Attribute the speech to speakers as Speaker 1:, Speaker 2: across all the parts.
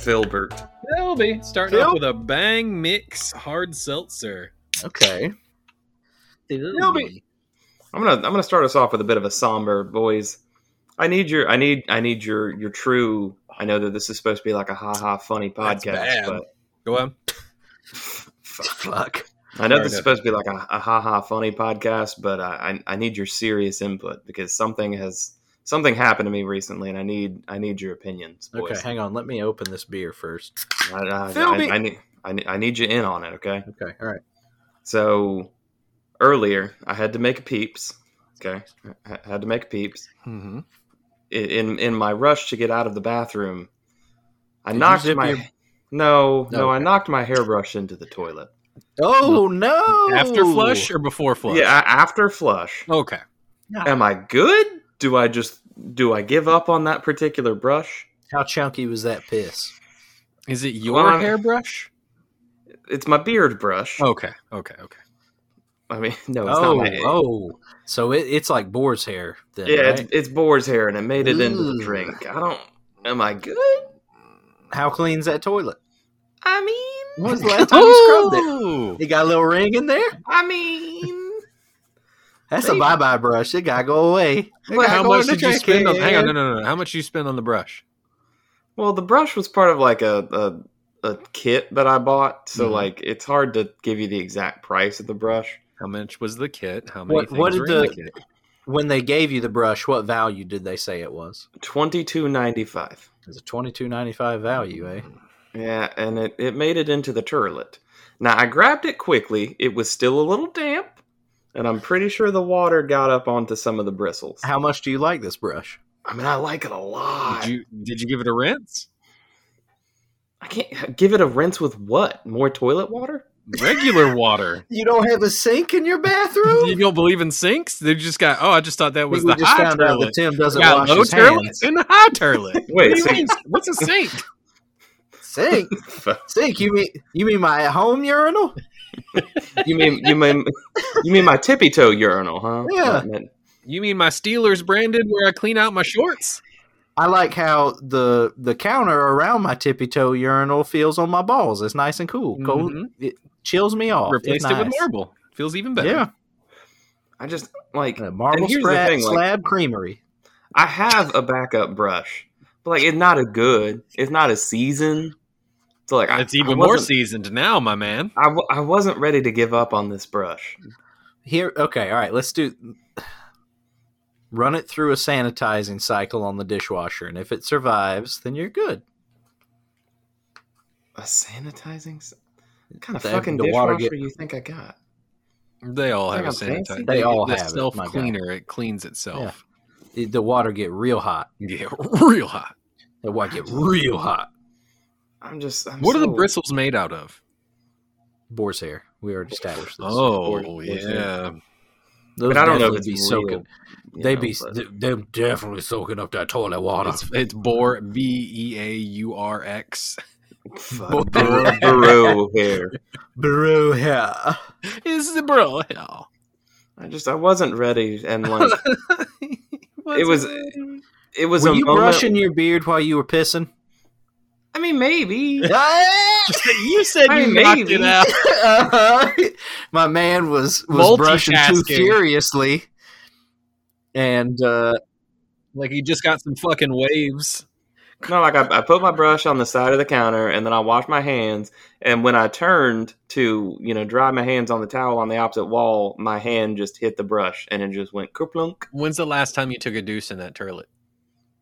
Speaker 1: Filbert.
Speaker 2: Philby, starting
Speaker 3: Phil?
Speaker 2: off with a bang mix hard seltzer.
Speaker 3: Okay.
Speaker 2: Philby.
Speaker 3: I'm gonna I'm gonna start us off with a bit of a somber, boys. I need your I need I need your your true. I know that this is supposed to be like a ha ha funny
Speaker 2: That's
Speaker 3: podcast,
Speaker 2: bad.
Speaker 3: but
Speaker 2: Go on.
Speaker 3: fuck. I know
Speaker 2: Fair
Speaker 3: this is
Speaker 2: enough.
Speaker 3: supposed to be like a, a ha ha funny podcast, but I, I I need your serious input because something has something happened to me recently, and I need I need your opinions, boys.
Speaker 4: Okay, hang on. Let me open this beer first.
Speaker 3: I, I,
Speaker 1: Phil,
Speaker 3: I-
Speaker 1: be-
Speaker 3: I need I need- I need you in on it. Okay.
Speaker 4: Okay, all right.
Speaker 3: So earlier, I had to make a peeps. Okay, I I had to make a peeps.
Speaker 1: Mm-hmm.
Speaker 3: I- in in my rush to get out of the bathroom, I
Speaker 4: Did you
Speaker 3: knocked
Speaker 4: zip
Speaker 3: my
Speaker 4: your-
Speaker 3: no no I
Speaker 4: Okay.
Speaker 3: knocked my hairbrush into the toilet.
Speaker 4: Oh no!
Speaker 2: After flush or before flush?
Speaker 3: Yeah, a- after flush.
Speaker 2: Okay.
Speaker 3: Am I good? Do I just do I give up on that particular brush?
Speaker 4: How chunky was that piss?
Speaker 2: Is it your
Speaker 3: Well, I'm-
Speaker 2: hairbrush?
Speaker 3: It's my beard brush.
Speaker 2: Okay. Okay. Okay.
Speaker 3: I mean, no, it's
Speaker 4: Oh,
Speaker 3: not my.
Speaker 4: oh. So it, it's like boar's hair. Then,
Speaker 3: yeah,
Speaker 4: right?
Speaker 3: it's, it's boar's hair, and it made it into the
Speaker 4: Ooh.
Speaker 3: drink. I don't. Am I good?
Speaker 4: How clean's that toilet?
Speaker 3: I mean,
Speaker 4: When was the last time you scrubbed it? It got a little ring in there.
Speaker 3: I mean.
Speaker 4: That's
Speaker 3: Maybe.
Speaker 4: a bye bye brush. It gotta go away.
Speaker 3: Well,
Speaker 2: How
Speaker 3: go
Speaker 2: much
Speaker 3: in the
Speaker 2: did you
Speaker 3: trash
Speaker 2: spend on? Hang on,
Speaker 3: can.
Speaker 2: no, no, no. no. How much you spend on the brush?
Speaker 3: Well, the brush was part of like a a, a kit that I bought, so
Speaker 2: Mhm.
Speaker 3: like it's hard to give you the exact price of the brush.
Speaker 2: How much was the kit? How many
Speaker 4: What-
Speaker 2: things
Speaker 4: what did
Speaker 2: were in the
Speaker 4: the-
Speaker 2: kit?
Speaker 4: When they gave you the brush, what value did they say it was?
Speaker 3: Twenty two ninety five.
Speaker 4: It's a twenty two ninety five value, eh?
Speaker 3: Yeah, and it, it made it into the turlet. Now I grabbed it quickly. It was still a little damp, and I'm pretty sure the water got up onto some of the bristles.
Speaker 4: How much do you like this brush?
Speaker 3: I mean, I like it a lot.
Speaker 2: Did you did you give it a rinse?
Speaker 3: I can't uh, give it a rinse with what? More toilet water?
Speaker 2: Regular water.
Speaker 4: You don't have a sink in your bathroom.
Speaker 2: You don't believe in sinks? They just got. Oh, I just thought that
Speaker 4: I
Speaker 2: was
Speaker 4: think
Speaker 2: the
Speaker 4: we just
Speaker 2: high
Speaker 4: found out
Speaker 2: turlet.
Speaker 4: that Tim doesn't
Speaker 2: got
Speaker 4: wash
Speaker 2: low
Speaker 4: his
Speaker 2: turlet
Speaker 4: hands.
Speaker 2: and high turlet.
Speaker 3: Wait,
Speaker 2: What do you
Speaker 3: so-
Speaker 2: mean? What's a sink?
Speaker 4: Sink, sink. You mean you mean my home urinal?
Speaker 3: you mean you mean you mean my tippy toe urinal, huh?
Speaker 4: Yeah.
Speaker 2: You mean my Steelers branded where I clean out my shorts?
Speaker 4: I like how the the counter around my tippy toe urinal feels on my balls. It's nice and cool. Cold-
Speaker 2: Mhm.
Speaker 4: It chills me off. It's
Speaker 2: Replaced it with
Speaker 4: nice.
Speaker 2: marble. Feels even better.
Speaker 4: Yeah,
Speaker 3: I just like
Speaker 4: And a marble
Speaker 3: here's the
Speaker 4: sprat,
Speaker 3: thing, like-
Speaker 4: slab creamery.
Speaker 3: I have a backup brush, but like it's not a good. It's not a season. So like I-
Speaker 2: It's
Speaker 3: I
Speaker 2: even more
Speaker 3: wasn't-
Speaker 2: seasoned now, my man.
Speaker 3: I, w- I wasn't ready to give up on this brush.
Speaker 4: Here, okay, all right. Let's do. Run it through a sanitizing cycle on the dishwasher, and if it survives, then you're good.
Speaker 3: A sanitizing. s- What kind of
Speaker 4: The-
Speaker 3: fucking
Speaker 4: the
Speaker 3: dishwasher
Speaker 4: water get-
Speaker 3: you think I got?
Speaker 2: They all have a
Speaker 3: Think I'm fancy?
Speaker 2: sanitizer.
Speaker 4: They all
Speaker 2: the
Speaker 4: have it,
Speaker 2: self
Speaker 4: my guy.
Speaker 2: cleaner. It cleans itself.
Speaker 4: The the water get real hot.
Speaker 2: Yeah, real hot.
Speaker 4: The water get real hot.
Speaker 3: I'm just. I'm
Speaker 2: What are the
Speaker 3: so-
Speaker 2: bristles made out of?
Speaker 4: Boar's hair. We already established this.
Speaker 3: course,
Speaker 2: Oh
Speaker 3: course,
Speaker 2: yeah,
Speaker 4: Those
Speaker 3: But I don't know if
Speaker 4: definitely
Speaker 3: it's
Speaker 4: be
Speaker 3: real,
Speaker 4: soaking.
Speaker 3: you
Speaker 4: they
Speaker 3: know,
Speaker 4: be
Speaker 3: but-
Speaker 4: they definitely soaking up that toilet water.
Speaker 2: it's, it's bore b e a u r x.
Speaker 3: Fuck, bur- burrow hair.
Speaker 4: Brew hair.
Speaker 2: Is the bro hell?
Speaker 3: I just. I wasn't ready, and like
Speaker 2: What's
Speaker 3: was-
Speaker 2: it?
Speaker 3: it was
Speaker 4: Were
Speaker 3: a
Speaker 4: you
Speaker 3: moment.
Speaker 4: brushing your beard while you were pissing?
Speaker 3: I mean, maybe.
Speaker 2: you said
Speaker 3: I
Speaker 2: you
Speaker 3: mean,
Speaker 2: knocked
Speaker 3: maybe.
Speaker 2: it out.
Speaker 4: My man was was brushing too
Speaker 2: Multitasking.
Speaker 4: furiously, and uh,
Speaker 2: Like he just got some fucking waves.
Speaker 3: No, like I, I put my brush on the side of the counter and then I washed my hands. And when I turned to, you know, dry my hands on the towel on the opposite wall, my hand just hit the brush and it just went kerplunk.
Speaker 2: When's the last time you took a deuce in that toilet?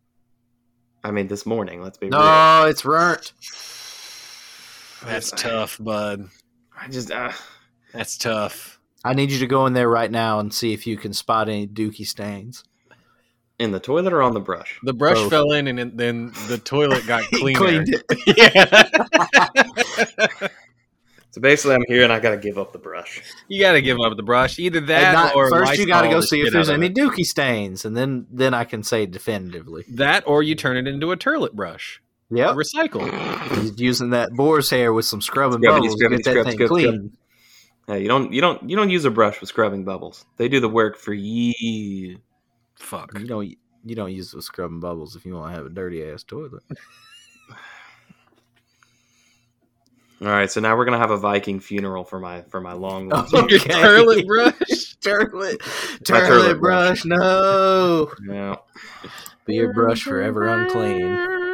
Speaker 3: I mean, this morning, let's be real.
Speaker 4: no, it's burnt.
Speaker 2: That's tough, bud.
Speaker 3: I just, uh,
Speaker 2: That's tough.
Speaker 4: I need you to go in there right now and see if you can spot any dookie stains.
Speaker 3: in the toilet or on the brush?
Speaker 2: The brush
Speaker 4: Both.
Speaker 2: fell in, and it- then the toilet got cleaner.
Speaker 4: Cleaned it.
Speaker 2: Yeah,
Speaker 3: It's So basically, I'm here and I got to give up the brush.
Speaker 2: You got to give up the brush. Either that
Speaker 4: And not-
Speaker 2: or
Speaker 4: first, you
Speaker 2: got to
Speaker 4: go see if there's any dookie stains, and then then I can say definitively.
Speaker 2: That or you turn it into a turlet brush.
Speaker 4: Yep,
Speaker 2: Recycle.
Speaker 4: he's using that boar's hair with some scrubbing
Speaker 3: Scrubbity,
Speaker 4: bubbles
Speaker 3: scrubbity,
Speaker 4: to get that
Speaker 3: scrub,
Speaker 4: thing
Speaker 3: scrub,
Speaker 4: clean.
Speaker 3: scrub. Yeah, you don't you don't you don't use a brush with scrubbing bubbles. They do the work for you.
Speaker 2: Fuck.
Speaker 4: You don't you don't use those scrubbing bubbles if you want to have a dirty ass toilet.
Speaker 3: All right, so now we're gonna have a Viking funeral for my for my long. lost-
Speaker 4: Oh.
Speaker 2: Your turlet brush.
Speaker 4: turlet, turlet,
Speaker 3: turlet
Speaker 4: brush,
Speaker 3: brush.
Speaker 4: no.
Speaker 3: Yeah.
Speaker 4: Be your brush forever unclean.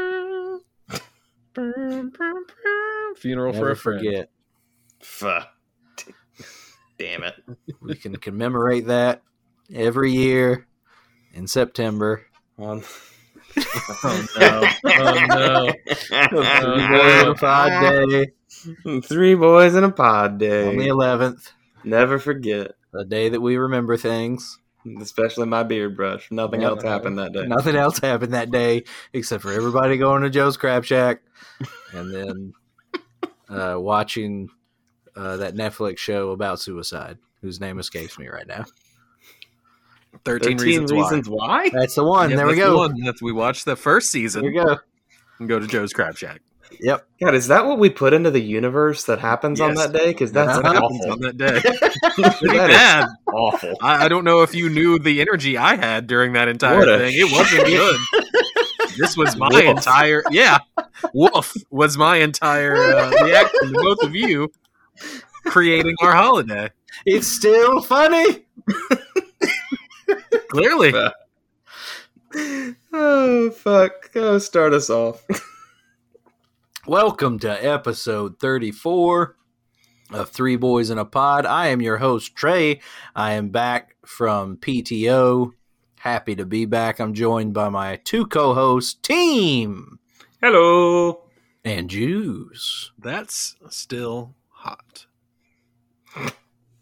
Speaker 2: Funeral for
Speaker 4: Never
Speaker 2: a friend.
Speaker 4: forget.
Speaker 3: Fuck. Damn it.
Speaker 4: We can commemorate that every year in September.
Speaker 3: Um,
Speaker 2: Oh no! Oh no!
Speaker 4: Memorial Unified Day
Speaker 3: Three boys in a pod
Speaker 4: on the
Speaker 3: day.
Speaker 4: 11th,
Speaker 3: Never forget,
Speaker 4: the day that we remember things.
Speaker 3: especially my beard brush. Nothing
Speaker 4: Yeah.
Speaker 3: else happened that day.
Speaker 4: Nothing else happened that day except for everybody going to Joe's Crab Shack and then uh, watching uh, that Netflix show about suicide, whose name escapes me right now.
Speaker 2: Thirteen,
Speaker 3: Thirteen
Speaker 2: reasons,
Speaker 3: reasons why.
Speaker 4: That's the
Speaker 2: why.
Speaker 4: one.
Speaker 2: Yeah,
Speaker 4: there we
Speaker 2: that's the
Speaker 4: go.
Speaker 2: one. That's- we watched the first
Speaker 4: There we
Speaker 2: season.
Speaker 4: go.
Speaker 2: and go to Joe's Crab Shack.
Speaker 4: Yep.
Speaker 3: God, is that what we put into the universe that happens on
Speaker 2: Yes.
Speaker 3: that day? Because that's
Speaker 2: That
Speaker 4: Uh-huh.
Speaker 2: happens
Speaker 3: awful.
Speaker 2: on that day. Pretty
Speaker 3: That is
Speaker 2: bad.
Speaker 3: awful.
Speaker 2: I, I don't know if you knew the energy I had during that entire
Speaker 3: What a
Speaker 2: thing. It wasn't good. This was my
Speaker 3: Woof.
Speaker 2: entire yeah. Wolf was my entire uh, reaction to both of you creating our holiday.
Speaker 4: It's still funny.
Speaker 2: Clearly,
Speaker 3: Fuck. Oh fuck! Go start us off.
Speaker 4: Welcome to episode 34 of Three Boys in a Pod. I am your host, Trey. I am back from PTO. Happy to be back. I'm joined by my two co hosts, Team
Speaker 3: Hello.
Speaker 4: and Juice.
Speaker 2: that's still hot.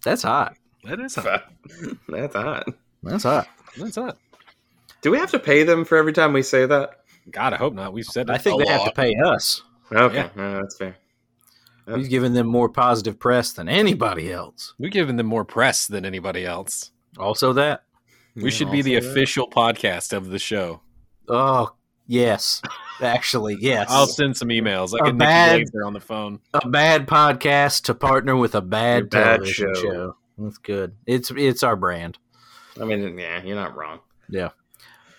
Speaker 4: That's hot.
Speaker 2: That is hot.
Speaker 3: Fuck. That's hot.
Speaker 4: That's hot.
Speaker 2: That's hot.
Speaker 3: Do we have to pay them for every time we say that?
Speaker 2: God, I hope not. We've said. It
Speaker 4: I think
Speaker 2: a
Speaker 4: they have
Speaker 2: lot.
Speaker 4: to pay us.
Speaker 3: Okay,
Speaker 2: Yeah.
Speaker 3: no, that's fair. Yeah.
Speaker 4: We've given them more positive press than anybody else.
Speaker 2: We're giving them more press than anybody else.
Speaker 4: Also, that.
Speaker 2: We should be the
Speaker 3: also that.
Speaker 2: official podcast of the show.
Speaker 4: Oh, yes. Actually, yes.
Speaker 2: I'll send some emails.
Speaker 4: A
Speaker 2: I can
Speaker 4: bad-
Speaker 2: Nikki Glaser on the phone.
Speaker 4: a bad podcast to partner with a
Speaker 3: A
Speaker 4: bad,
Speaker 3: bad
Speaker 4: television show.
Speaker 3: show.
Speaker 4: That's good. It's it's our brand.
Speaker 3: I mean, yeah, you're not wrong.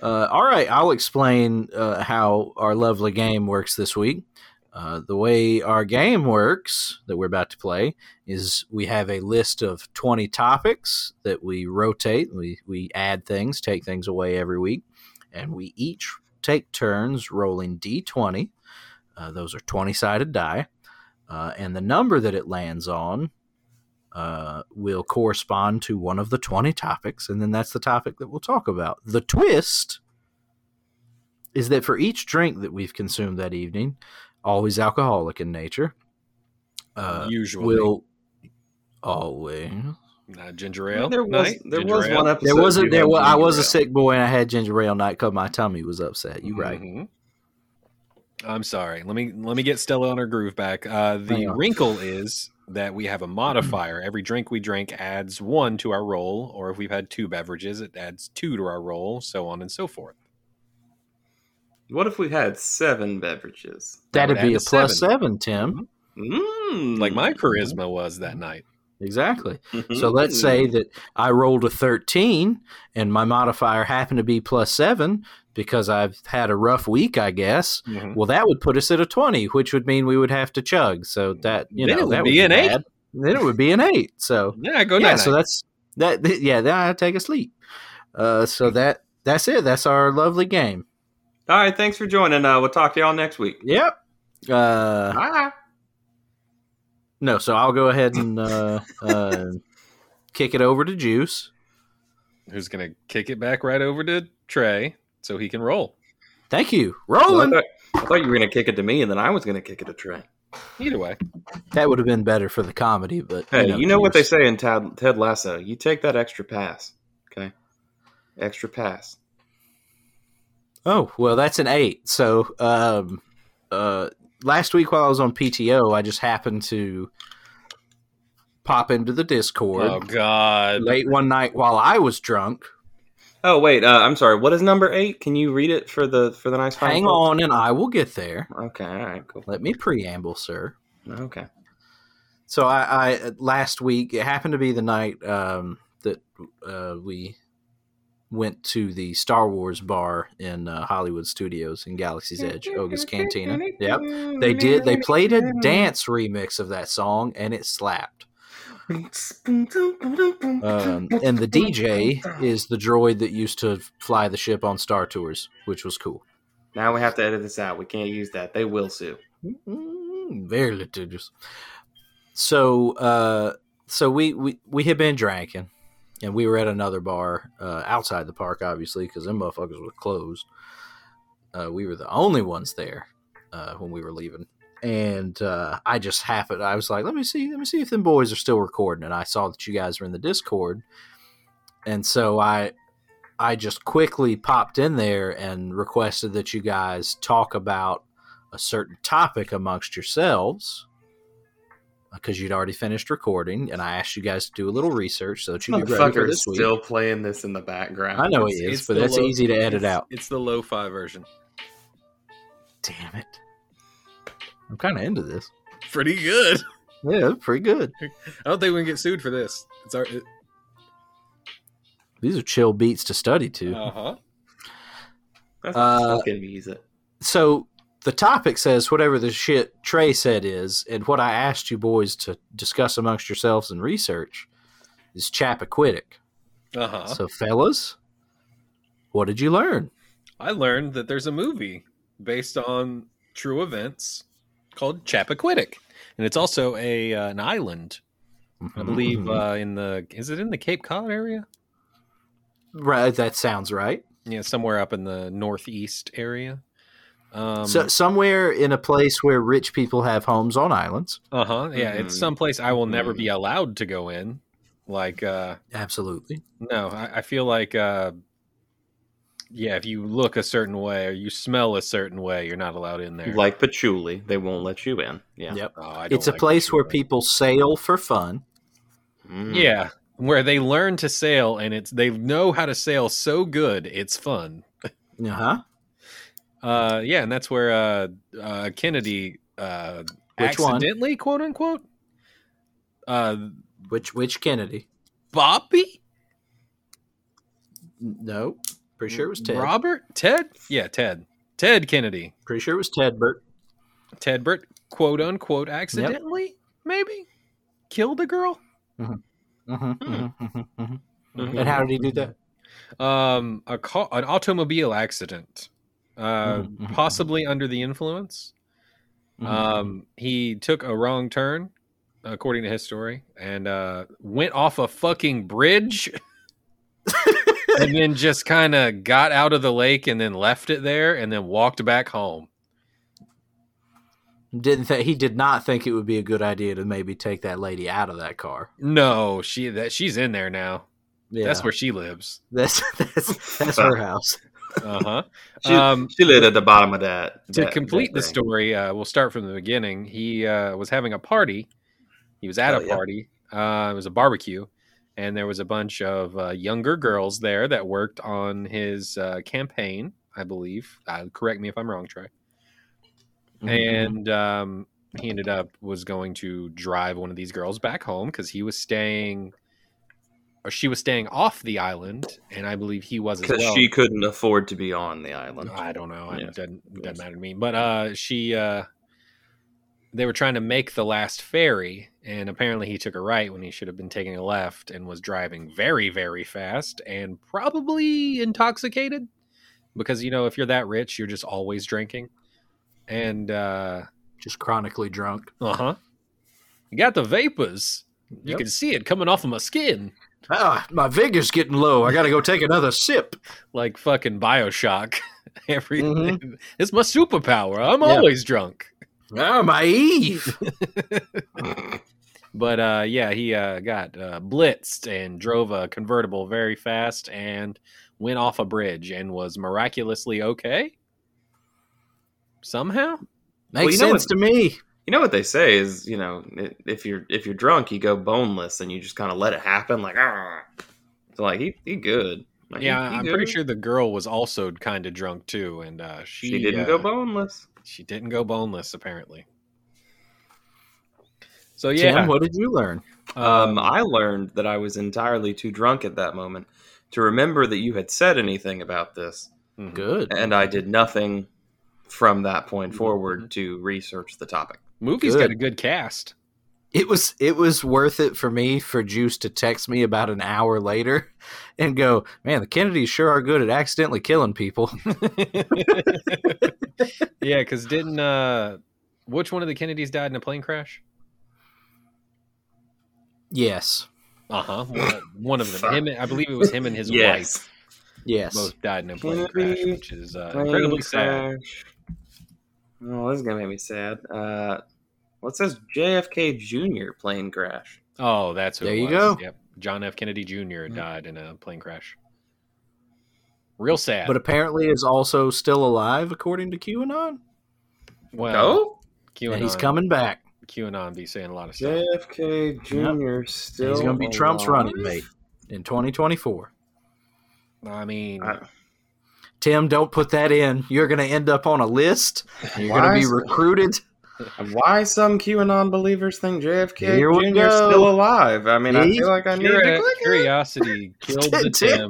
Speaker 4: Uh, all right, I'll explain uh, how our lovely game works this week. Uh, the way our game works that we're about to play is we have a list of 20 topics that we rotate. We, we add things, take things away every week, and we each take turns rolling d20. Uh, those are 20 sided die. Uh, and the number that it lands on uh, will correspond to one of the 20 topics, and then that's the topic that we'll talk about. The twist is that for each drink that we've consumed that evening, always alcoholic in nature, uh,
Speaker 2: Usually,
Speaker 4: will always.
Speaker 2: Uh, ginger ale.
Speaker 3: there was
Speaker 2: night?
Speaker 3: there
Speaker 2: Ginger
Speaker 3: was
Speaker 2: ale.
Speaker 3: one episode.
Speaker 4: There was a
Speaker 3: you
Speaker 4: there.
Speaker 3: had
Speaker 4: Well, I
Speaker 3: ginger
Speaker 4: was a
Speaker 3: ale.
Speaker 4: sick boy, and I had ginger ale night because my tummy was upset. You right?
Speaker 2: Mhm. Mm-hmm. I'm sorry. Let me let me get Stella on her groove back. Uh, the
Speaker 4: Hang on.
Speaker 2: wrinkle is that we have a modifier. Every drink we drink adds one to our roll, or if we've had two beverages, it adds two to our roll, so on and so forth.
Speaker 3: What if we had seven beverages?
Speaker 4: That'd
Speaker 2: would add
Speaker 4: be a
Speaker 2: to
Speaker 4: plus
Speaker 2: seven. Mm-hmm.
Speaker 4: seven, Tim.
Speaker 3: Mm.
Speaker 2: Like my
Speaker 4: Mm-hmm.
Speaker 2: charisma was that night.
Speaker 4: Exactly.
Speaker 3: Mhm.
Speaker 2: Mm-hmm.
Speaker 4: So let's say that I rolled a 13 and my modifier happened to be plus seven because I've had a rough week, I guess.
Speaker 3: Mm-hmm.
Speaker 4: Well, that would put us at a 20, which would mean we would have to chug. So that, you
Speaker 2: Then
Speaker 4: know,
Speaker 2: it would
Speaker 4: that
Speaker 2: be an eight.
Speaker 4: bad. Then it would be an eight. So,
Speaker 2: Yeah, go
Speaker 3: Oh,
Speaker 4: yeah,
Speaker 2: night.
Speaker 4: so that's that. Yeah, then I take a sleep. Uh, so
Speaker 3: Hmm.
Speaker 4: that that's it. That's our lovely game.
Speaker 3: All right, thanks for joining. Uh, we'll talk to y'all next week. Ah.
Speaker 4: Yep. Uh,
Speaker 3: Bye.
Speaker 4: no, so I'll go ahead and uh, uh, kick it over to Juice.
Speaker 2: Who's gonna kick it back right over to Trey so he can roll?
Speaker 4: Thank you.
Speaker 3: Well, I,
Speaker 4: Rolling.
Speaker 3: thought, I thought you were gonna kick it to me, and then I was gonna kick it to Trey.
Speaker 2: Either way,
Speaker 4: That would have been better for the comedy, but
Speaker 3: uh, Hey, you know what they
Speaker 4: Juice.
Speaker 3: say in Ted, Ted Lasso? You take that extra pass, okay? Extra pass.
Speaker 4: Oh well, that's an eight. So um, uh, last week while I was on PTO, I just happened to pop into the Discord
Speaker 2: Oh God.
Speaker 4: late one night while I was drunk.
Speaker 3: Oh wait, uh, I'm sorry. What is number eight? Can you read it for the for the nice? final
Speaker 4: Hang
Speaker 3: folks?
Speaker 4: on, and I will get there.
Speaker 3: Okay, all right, cool.
Speaker 4: Let me preamble, sir.
Speaker 3: Okay,
Speaker 4: So I, I last week it happened to be the night um, that uh, we went to the Star Wars bar in uh, Hollywood Studios in Galaxy's Edge, Oga's Cantina. Yep, they did. They played a dance remix of that song, and it slapped. Um, and the DJ is the droid that used to fly the ship on Star Tours, which was cool.
Speaker 3: now we have to edit this out. We can't use that. They will sue.
Speaker 4: Mm, very litigious. So, uh, so we, we we had been drinking, and we were at another bar uh, outside the park, obviously, because them motherfuckers were closed. Uh, we were the only ones there uh, when we were leaving, and uh, I just happened. I was like, "Let me see, let me see if them boys are still recording." And I saw that you guys were in the Discord, and so I. I just quickly popped in there and requested that you guys talk about a certain topic amongst yourselves because you'd already finished recording, and I asked you guys to do a little research so that you would be ready for
Speaker 3: Motherfucker is
Speaker 4: this week.
Speaker 3: still playing this in the background.
Speaker 4: I know he is, but
Speaker 2: the
Speaker 4: that's
Speaker 2: lo-
Speaker 4: easy to edit
Speaker 2: it's-
Speaker 4: out.
Speaker 2: It's the lo-fi version.
Speaker 4: Damn it! I'm kind of into this.
Speaker 2: Pretty good.
Speaker 4: Yeah, it's pretty good.
Speaker 2: I don't think we can get sued for this. It's our it,
Speaker 4: These are chill beats to study to.
Speaker 2: uh-huh.
Speaker 3: That's
Speaker 4: Uh,
Speaker 3: fucking music.
Speaker 4: so the topic says whatever the shit Trey said is, and what I asked you boys to discuss amongst yourselves and research is Chappaquiddick.
Speaker 2: Uh-huh.
Speaker 4: So, fellas, what did you learn?
Speaker 2: I learned that there's a movie based on true events called Chappaquiddick. And it's also a uh, an island,
Speaker 4: Mm-hmm.
Speaker 2: I believe, uh, in the is it in the Cape Cod area?
Speaker 4: Right, that sounds right.
Speaker 2: Yeah, somewhere up in the northeast area. Um,
Speaker 4: so somewhere in a place where rich people have homes on islands.
Speaker 2: uh huh. Yeah, it's
Speaker 4: mm-hmm.
Speaker 3: Mhm.
Speaker 2: someplace I will never
Speaker 3: Mhm.
Speaker 2: be allowed to go in. Like, uh,
Speaker 4: Absolutely.
Speaker 2: no, I, I feel like, uh, yeah, if you look a certain way or you smell a certain way, you're not allowed in there.
Speaker 3: Like patchouli, they won't let you in. Yeah.
Speaker 4: Yep.
Speaker 2: Oh, I don't
Speaker 4: It's a
Speaker 2: like
Speaker 4: place
Speaker 2: that.
Speaker 4: where people sail for fun.
Speaker 3: Mm.
Speaker 2: Yeah, where they learn to sail and it's they know how to sail so good, it's fun.
Speaker 4: Uh huh.
Speaker 2: Uh, yeah, and that's where uh, uh, Kennedy uh,
Speaker 4: Which one?
Speaker 2: accidentally, quote unquote, uh,
Speaker 4: Which which Kennedy?
Speaker 2: Bobby,
Speaker 4: No, pretty sure it was Ted.
Speaker 2: Robert, Ted, yeah, Ted, Ted Kennedy,
Speaker 4: Pretty sure it was Ted Burt.
Speaker 2: Tedbert, quote unquote, accidentally, maybe killed a girl.
Speaker 4: Mhm, mhm, mhm, mhm.
Speaker 3: Mhm.
Speaker 4: And how did he do that?
Speaker 2: Um, a car, an automobile accident, uh,
Speaker 4: Mhm, mhm.
Speaker 2: possibly under the influence.
Speaker 4: Mm-hmm.
Speaker 2: Um, he took a wrong turn, according to his story, and uh, went off a fucking bridge, and then just kind of got out of the lake and then left it there, and then walked back home.
Speaker 4: Didn't th- he did not think it would be a good idea to maybe take that lady out of that car?
Speaker 2: No, she that she's in there now.
Speaker 4: Yeah,
Speaker 2: That's where she lives.
Speaker 4: that's that's, that's her house.
Speaker 2: Uh huh.
Speaker 3: She,
Speaker 2: um,
Speaker 3: she lived at the bottom of that.
Speaker 2: to
Speaker 3: that-
Speaker 2: complete
Speaker 3: that
Speaker 2: the
Speaker 3: thing.
Speaker 2: story, uh, we'll start from the beginning. He uh, was having a party. He was at
Speaker 3: Oh,
Speaker 2: a
Speaker 3: yeah.
Speaker 2: party. Uh, it was a barbecue, and there was a bunch of uh, younger girls there that worked on his uh, campaign. I believe. Uh, correct me if I'm wrong, Trey.
Speaker 3: Mm-hmm,
Speaker 2: Mm-hmm. And um, he ended up was going to drive one of these girls back home because he was staying, or she was staying off the island, and I believe he was as
Speaker 3: because
Speaker 2: well.
Speaker 3: she couldn't afford to be on the island.
Speaker 2: I don't know.
Speaker 3: Yeah.
Speaker 2: It doesn't, doesn't matter to me. But uh, she, uh, they were trying to make the last ferry, and apparently he took a right when he should have been taking a left, and was driving very, very fast and probably intoxicated, because you know if you're that rich, you're just always drinking, and uh
Speaker 4: just chronically drunk.
Speaker 2: huh, you got the vapors. You
Speaker 4: Yep.
Speaker 2: can see it coming off of my skin,
Speaker 4: Ah, my vigor's getting low. I got to go take another sip.
Speaker 2: like fucking Bioshock. Everything. It's my superpower. I'm
Speaker 4: Mm-hmm. Yeah.
Speaker 2: always drunk.
Speaker 4: Ah, my Eve.
Speaker 2: But uh, yeah, he uh, got uh, blitzed and drove a convertible very fast and went off a bridge and was miraculously okay. Somehow,
Speaker 4: Makes
Speaker 3: you know
Speaker 4: sense to me.
Speaker 3: You know what they say is, you know, i- if you're if you're drunk, you go boneless and you just kind of let it happen. Like, ah, so like he he good. Like, he-
Speaker 2: yeah,
Speaker 3: he
Speaker 2: I'm pretty
Speaker 3: good.
Speaker 2: sure the girl was also kind of drunk too, and uh, she,
Speaker 3: she, didn't go
Speaker 2: uh,
Speaker 3: boneless.
Speaker 2: She didn't go boneless apparently. So
Speaker 4: Tim,
Speaker 2: yeah, uh,
Speaker 4: what did you learn?
Speaker 3: Um, I learned that I was entirely too drunk at that moment to remember that you had said anything about this,
Speaker 2: mhm.
Speaker 4: Good.
Speaker 3: and I did nothing from that
Speaker 2: Mm-hmm.
Speaker 3: point forward to research the topic.
Speaker 2: movie's
Speaker 4: Good.
Speaker 2: got a good cast.
Speaker 4: It was it was worth it for me for Juice to text me about an hour later and go, Man, the Kennedys sure are good at accidentally killing people.
Speaker 2: yeah, because didn't uh, which one of the Kennedys died in a plane crash?
Speaker 4: yes.
Speaker 2: Uh huh. One, one of them. Him, and- I believe it was him and his
Speaker 3: yes,
Speaker 4: Yes.
Speaker 2: wife both died in a plane
Speaker 3: Kennedy,
Speaker 2: crash, which is uh,
Speaker 3: Plane
Speaker 2: incredibly sad.
Speaker 3: crash. Oh, this is gonna make me sad. Uh, what says JFK Jr. plane crash?
Speaker 2: Oh, that's who
Speaker 4: There
Speaker 2: it
Speaker 4: you
Speaker 2: was.
Speaker 4: go.
Speaker 2: Yep. John F. Kennedy Jr.
Speaker 4: Mm.
Speaker 2: died in a plane crash. Real sad.
Speaker 4: But apparently is also still alive according to QAnon.
Speaker 2: well,
Speaker 4: Yeah,
Speaker 2: QAnon,
Speaker 4: Oh. he's coming back.
Speaker 2: QAnon be saying a lot of
Speaker 3: no,
Speaker 2: stuff.
Speaker 3: JFK Jr. still.
Speaker 4: He's gonna be Trump's
Speaker 3: alive?
Speaker 4: running mate in twenty twenty four.
Speaker 2: I mean,
Speaker 3: I-
Speaker 4: Tim, don't put that in. You're gonna end up on a list. You're gonna
Speaker 3: Why
Speaker 4: be
Speaker 3: is-
Speaker 4: recruited.
Speaker 3: Why some QAnon believers think JFK
Speaker 4: Here we
Speaker 3: Jr. is
Speaker 4: go.
Speaker 3: still alive? I mean, I
Speaker 4: See?
Speaker 3: feel like I need
Speaker 2: curi-
Speaker 3: to click it.
Speaker 2: curiosity killed the Tim.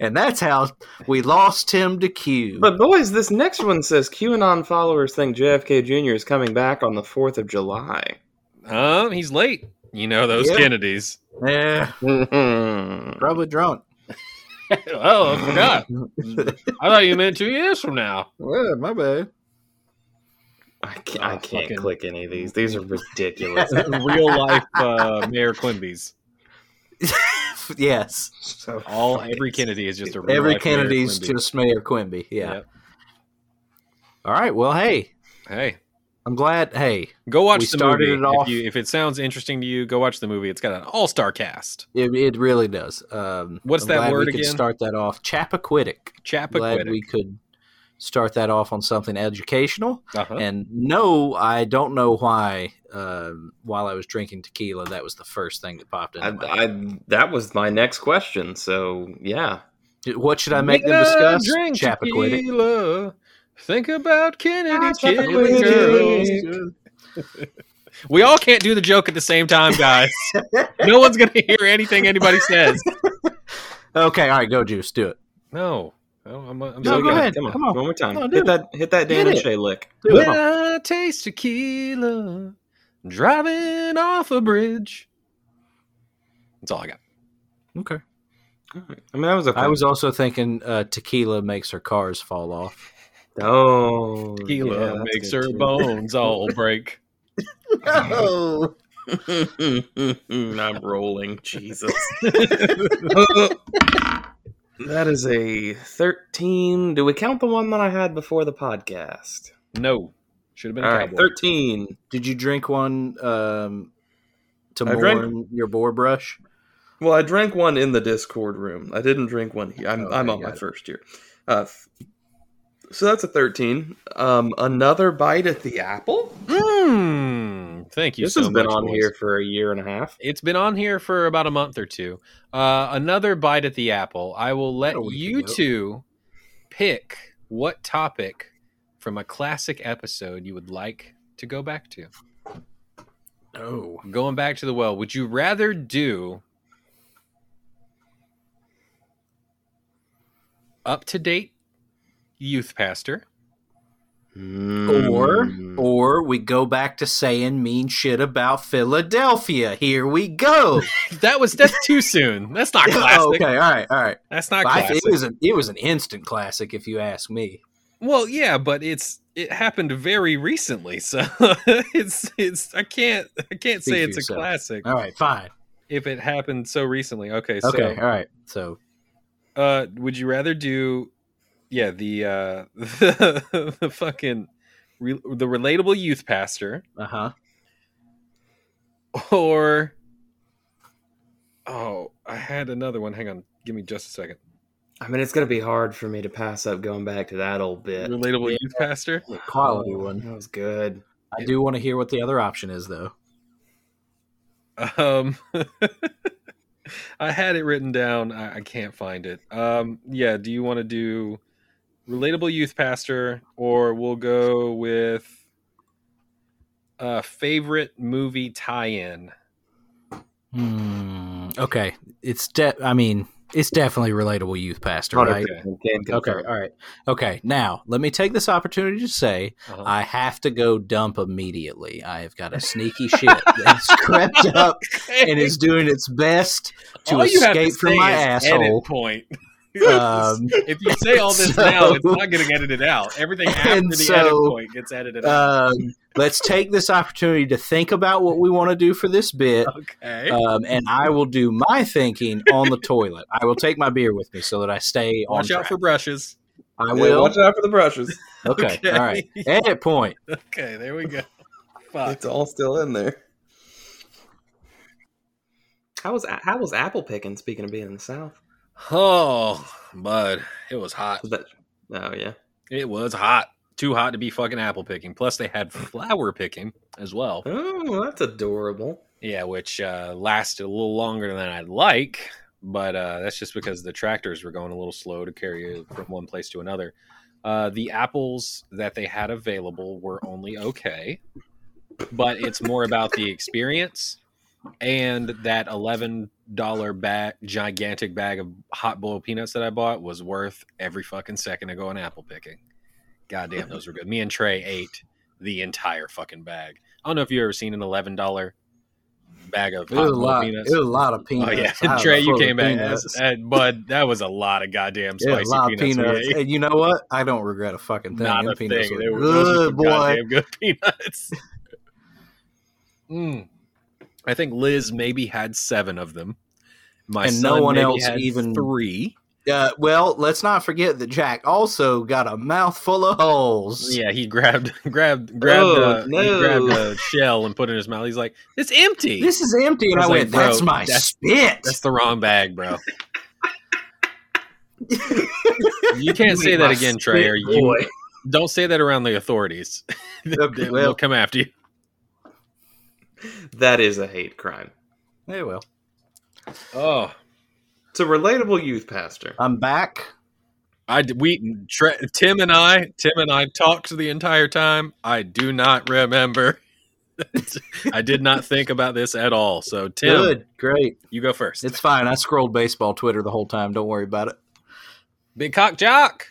Speaker 4: And that's how we lost Tim to Q.
Speaker 3: But boys, this next one says QAnon followers think JFK Jr. is coming back on the Fourth of July.
Speaker 2: Um, he's late. You know those
Speaker 4: Yeah.
Speaker 2: Kennedys.
Speaker 4: yeah,
Speaker 3: Probably.
Speaker 4: probably drunk.
Speaker 2: oh, I forgot. I thought you meant two years from now.
Speaker 4: Well, my bad.
Speaker 3: I can't,
Speaker 2: Oh,
Speaker 3: I can't
Speaker 2: fucking-
Speaker 3: click any of these. These are ridiculous.
Speaker 2: Real life uh, Mayor Quimby's.
Speaker 4: yes.
Speaker 3: so
Speaker 2: All
Speaker 3: fucking-
Speaker 2: every Kennedy is just a real
Speaker 4: Every
Speaker 2: life Mayor
Speaker 4: Kennedy's
Speaker 2: Quimby.
Speaker 4: just Mayor Quimby. Yeah.
Speaker 2: Yep.
Speaker 4: All right. Well, hey,
Speaker 2: Hey,
Speaker 4: I'm glad. Hey,
Speaker 2: go watch
Speaker 4: We
Speaker 2: the
Speaker 4: started
Speaker 2: movie.
Speaker 4: it off-
Speaker 2: If, you, if it sounds interesting to you, go watch the movie. It's got an all-star cast.
Speaker 4: it, it really does. Um,
Speaker 2: What's
Speaker 4: I'm
Speaker 2: that
Speaker 4: glad
Speaker 2: word
Speaker 4: we could
Speaker 2: again?
Speaker 4: Start that off. Chappaquiddick. Glad
Speaker 2: Chappaquiddick.
Speaker 4: we could start that off on something educational.
Speaker 2: uh-huh.
Speaker 4: And no, I don't know why. Um, while I was drinking tequila, that was the first thing that popped in.
Speaker 3: I, I, that was my next question. So yeah,
Speaker 4: what should I make them
Speaker 2: Miller,
Speaker 4: discuss?
Speaker 2: Drink
Speaker 4: Chappaquiddick. Ah,
Speaker 2: tequila. Think about Kennedy's killing girls.
Speaker 3: Chappaquiddick.
Speaker 2: We all can't do the joke at the same time, guys. no one's gonna hear anything anybody says.
Speaker 4: Okay, all right, go juice, do it.
Speaker 2: No, Oh, I'm, I'm
Speaker 4: No,
Speaker 2: so
Speaker 4: go
Speaker 2: good.
Speaker 4: ahead,
Speaker 3: Come on,
Speaker 4: come on.
Speaker 3: one more time.
Speaker 4: No, do
Speaker 3: hit
Speaker 4: it.
Speaker 3: that, hit that
Speaker 4: Hit
Speaker 3: Dan and
Speaker 4: it.
Speaker 3: Shay lick.
Speaker 4: Do it.
Speaker 2: When I taste tequila, driving off a bridge. That's all I got.
Speaker 4: Okay.
Speaker 3: I mean, that was okay.
Speaker 4: I was also thinking uh, tequila makes her cars fall off.
Speaker 3: Oh, yeah,
Speaker 2: Tequila
Speaker 3: that's
Speaker 2: makes
Speaker 3: good
Speaker 2: her
Speaker 3: too.
Speaker 2: bones all break.
Speaker 4: No.
Speaker 3: I'm rolling, Jesus. Uh, that is a 13. Do we count the one that I had before the podcast?
Speaker 2: No, should have been
Speaker 3: All
Speaker 2: a
Speaker 3: right,
Speaker 2: cowboy.
Speaker 3: 13.
Speaker 4: Did you drink one um, to
Speaker 3: I
Speaker 4: mourn
Speaker 3: drank-
Speaker 4: your boar brush?
Speaker 3: Well, I drank one in the Discord room. I didn't drink one here. I'm,
Speaker 4: Okay,
Speaker 3: I'm on
Speaker 4: got
Speaker 3: my
Speaker 4: it.
Speaker 3: first year. Uh, f- so that's a 13. Um, another bite at the apple? Hmm,
Speaker 2: Mm, thank you.
Speaker 3: this
Speaker 2: so
Speaker 3: has been
Speaker 2: much,
Speaker 3: on
Speaker 2: boys.
Speaker 3: here for a year and a half.
Speaker 2: It's been on here for about a month or two. Uh, another bite at the apple. I will let
Speaker 4: What a week
Speaker 2: you
Speaker 4: ago.
Speaker 2: two pick what topic from a classic episode you would like to go back to.
Speaker 4: No.
Speaker 2: Going back to the well, would you rather do up to date youth pastor?
Speaker 4: Or or we go back to saying mean shit about Philadelphia. Here we go.
Speaker 2: That was that's too soon. That's not
Speaker 4: Oh,
Speaker 2: classic.
Speaker 4: okay, all right, all right.
Speaker 2: That's not
Speaker 4: I-
Speaker 2: classic.
Speaker 4: it was an it was an instant classic, if you ask me.
Speaker 2: Well, yeah, but it's it happened very recently, so it's it's I can't I can't
Speaker 4: Speak
Speaker 2: say
Speaker 4: for
Speaker 2: it's a
Speaker 4: yourself.
Speaker 2: classic
Speaker 4: All right, fine.
Speaker 2: if it happened so recently. Okay, so
Speaker 4: Okay, all right. So
Speaker 2: uh would you rather do yeah, the uh the, fucking re, the relatable youth pastor
Speaker 4: uh huh.
Speaker 2: or Oh, I had another one. Hang on. Give me just a second.
Speaker 3: I mean, it's going to be hard for me to pass up going back to that old bit.
Speaker 2: Relatable youth pastor?
Speaker 4: Quality one.
Speaker 3: That was good.
Speaker 4: I do want to hear what the other option is, though.
Speaker 2: Um, I had it written down. I, I can't find it. Um, yeah. Do you want to do relatable youth pastor, or we'll go with uh, favorite movie tie-in?
Speaker 4: Hmm. Okay. It's de- I mean, it's definitely relatable, youth pastor, right?
Speaker 2: Okay.
Speaker 4: Okay. All right. Okay. Now, let me take this opportunity to say
Speaker 2: Uh-huh.
Speaker 4: I have to go dump immediately. I have got a sneaky shit that's crept up and is doing its best to
Speaker 2: All you have
Speaker 4: escape from
Speaker 2: say
Speaker 4: my
Speaker 2: is
Speaker 4: asshole.
Speaker 2: Edit point.
Speaker 4: Um,
Speaker 2: if you say all this
Speaker 4: so-
Speaker 2: now, it's not getting edited out. Everything after
Speaker 4: And
Speaker 2: the edit
Speaker 4: so,
Speaker 2: point gets edited out.
Speaker 4: um, let's take this opportunity to think about what we want to do for this bit.
Speaker 2: okay.
Speaker 4: Um, and I will do my thinking on the toilet. I will take my beer with me so that I stay on
Speaker 2: Watch
Speaker 4: track.
Speaker 2: out for brushes.
Speaker 4: I
Speaker 3: Yeah,
Speaker 4: will.
Speaker 3: watch out for the brushes.
Speaker 4: Okay.
Speaker 2: Okay.
Speaker 4: All right. Edit point.
Speaker 2: Okay, there we go. Fuck.
Speaker 3: It's all still in there. How was how was apple picking? Speaking of being in the South,
Speaker 2: Oh, bud, it was hot.
Speaker 3: Was that, oh yeah,
Speaker 2: It was hot. Too hot to be fucking apple picking. Plus, they had flower picking as well.
Speaker 3: oh that's adorable.
Speaker 2: Yeah, which uh, lasted a little longer than I'd like, but uh, that's just because the tractors were going a little slow to carry it from one place to another. Uh, the apples that they had available were only okay, but it's more about the experience and that eleven dollar bag, gigantic bag of hot boiled peanuts that I bought was worth every fucking second of going apple picking. Goddamn, those were good. Me and Trey ate the entire fucking bag. I don't know if you've ever seen an eleven dollar bag of
Speaker 4: It was
Speaker 2: hot
Speaker 4: a
Speaker 2: boiled
Speaker 4: lot.
Speaker 2: peanuts.
Speaker 4: It was a lot of
Speaker 2: Oh
Speaker 4: peanuts.
Speaker 2: yeah,
Speaker 4: I was
Speaker 2: Trey, you
Speaker 4: full of
Speaker 2: came back.
Speaker 4: peanuts.
Speaker 2: That's- that- bud, that was a lot of goddamn
Speaker 4: Yeah,
Speaker 2: spicy
Speaker 4: a lot of
Speaker 2: peanuts. we
Speaker 4: peanuts.
Speaker 2: ate.
Speaker 4: And you know what? I don't regret a fucking thing.
Speaker 2: Not
Speaker 4: Them
Speaker 2: a thing.
Speaker 4: peanuts
Speaker 2: They were,
Speaker 4: were-
Speaker 2: those were
Speaker 4: Ugh,
Speaker 2: some
Speaker 4: boy.
Speaker 2: goddamn good peanuts. Mm. I think Liz maybe had seven of them. My
Speaker 4: And
Speaker 2: son
Speaker 4: no one
Speaker 2: maybe
Speaker 4: else
Speaker 2: had
Speaker 4: even-
Speaker 2: three.
Speaker 4: Uh, well, let's not forget that Jack also got a mouthful of holes.
Speaker 2: Yeah, he grabbed grabbed grabbed,
Speaker 3: Oh,
Speaker 2: uh, he
Speaker 3: no.
Speaker 2: grabbed a shell and put it in his mouth. He's like, "It's empty.
Speaker 4: This is empty, and
Speaker 2: I
Speaker 4: I,
Speaker 2: was like,
Speaker 4: went,
Speaker 2: bro,
Speaker 4: "That's my
Speaker 2: that's-
Speaker 4: spit."
Speaker 2: That's the wrong bag, bro." you can't say that
Speaker 4: My
Speaker 2: again, Trey. Or
Speaker 4: spit,
Speaker 2: you
Speaker 4: boy.
Speaker 2: don't say that around the authorities.
Speaker 4: Okay,
Speaker 2: They- They'll
Speaker 4: well,
Speaker 2: come after you.
Speaker 3: That is a hate crime.
Speaker 4: yeah, well,
Speaker 2: Oh,
Speaker 3: It's a relatable youth pastor.
Speaker 4: I'm back.
Speaker 2: I d- we Tre, Tim and I Tim and I talked the entire time. I do not remember. I did not think about this at all. So Tim,
Speaker 4: Good, great.
Speaker 2: you go first.
Speaker 4: It's fine. I scrolled baseball Twitter the whole time. Don't worry about it.
Speaker 2: Big cock jock.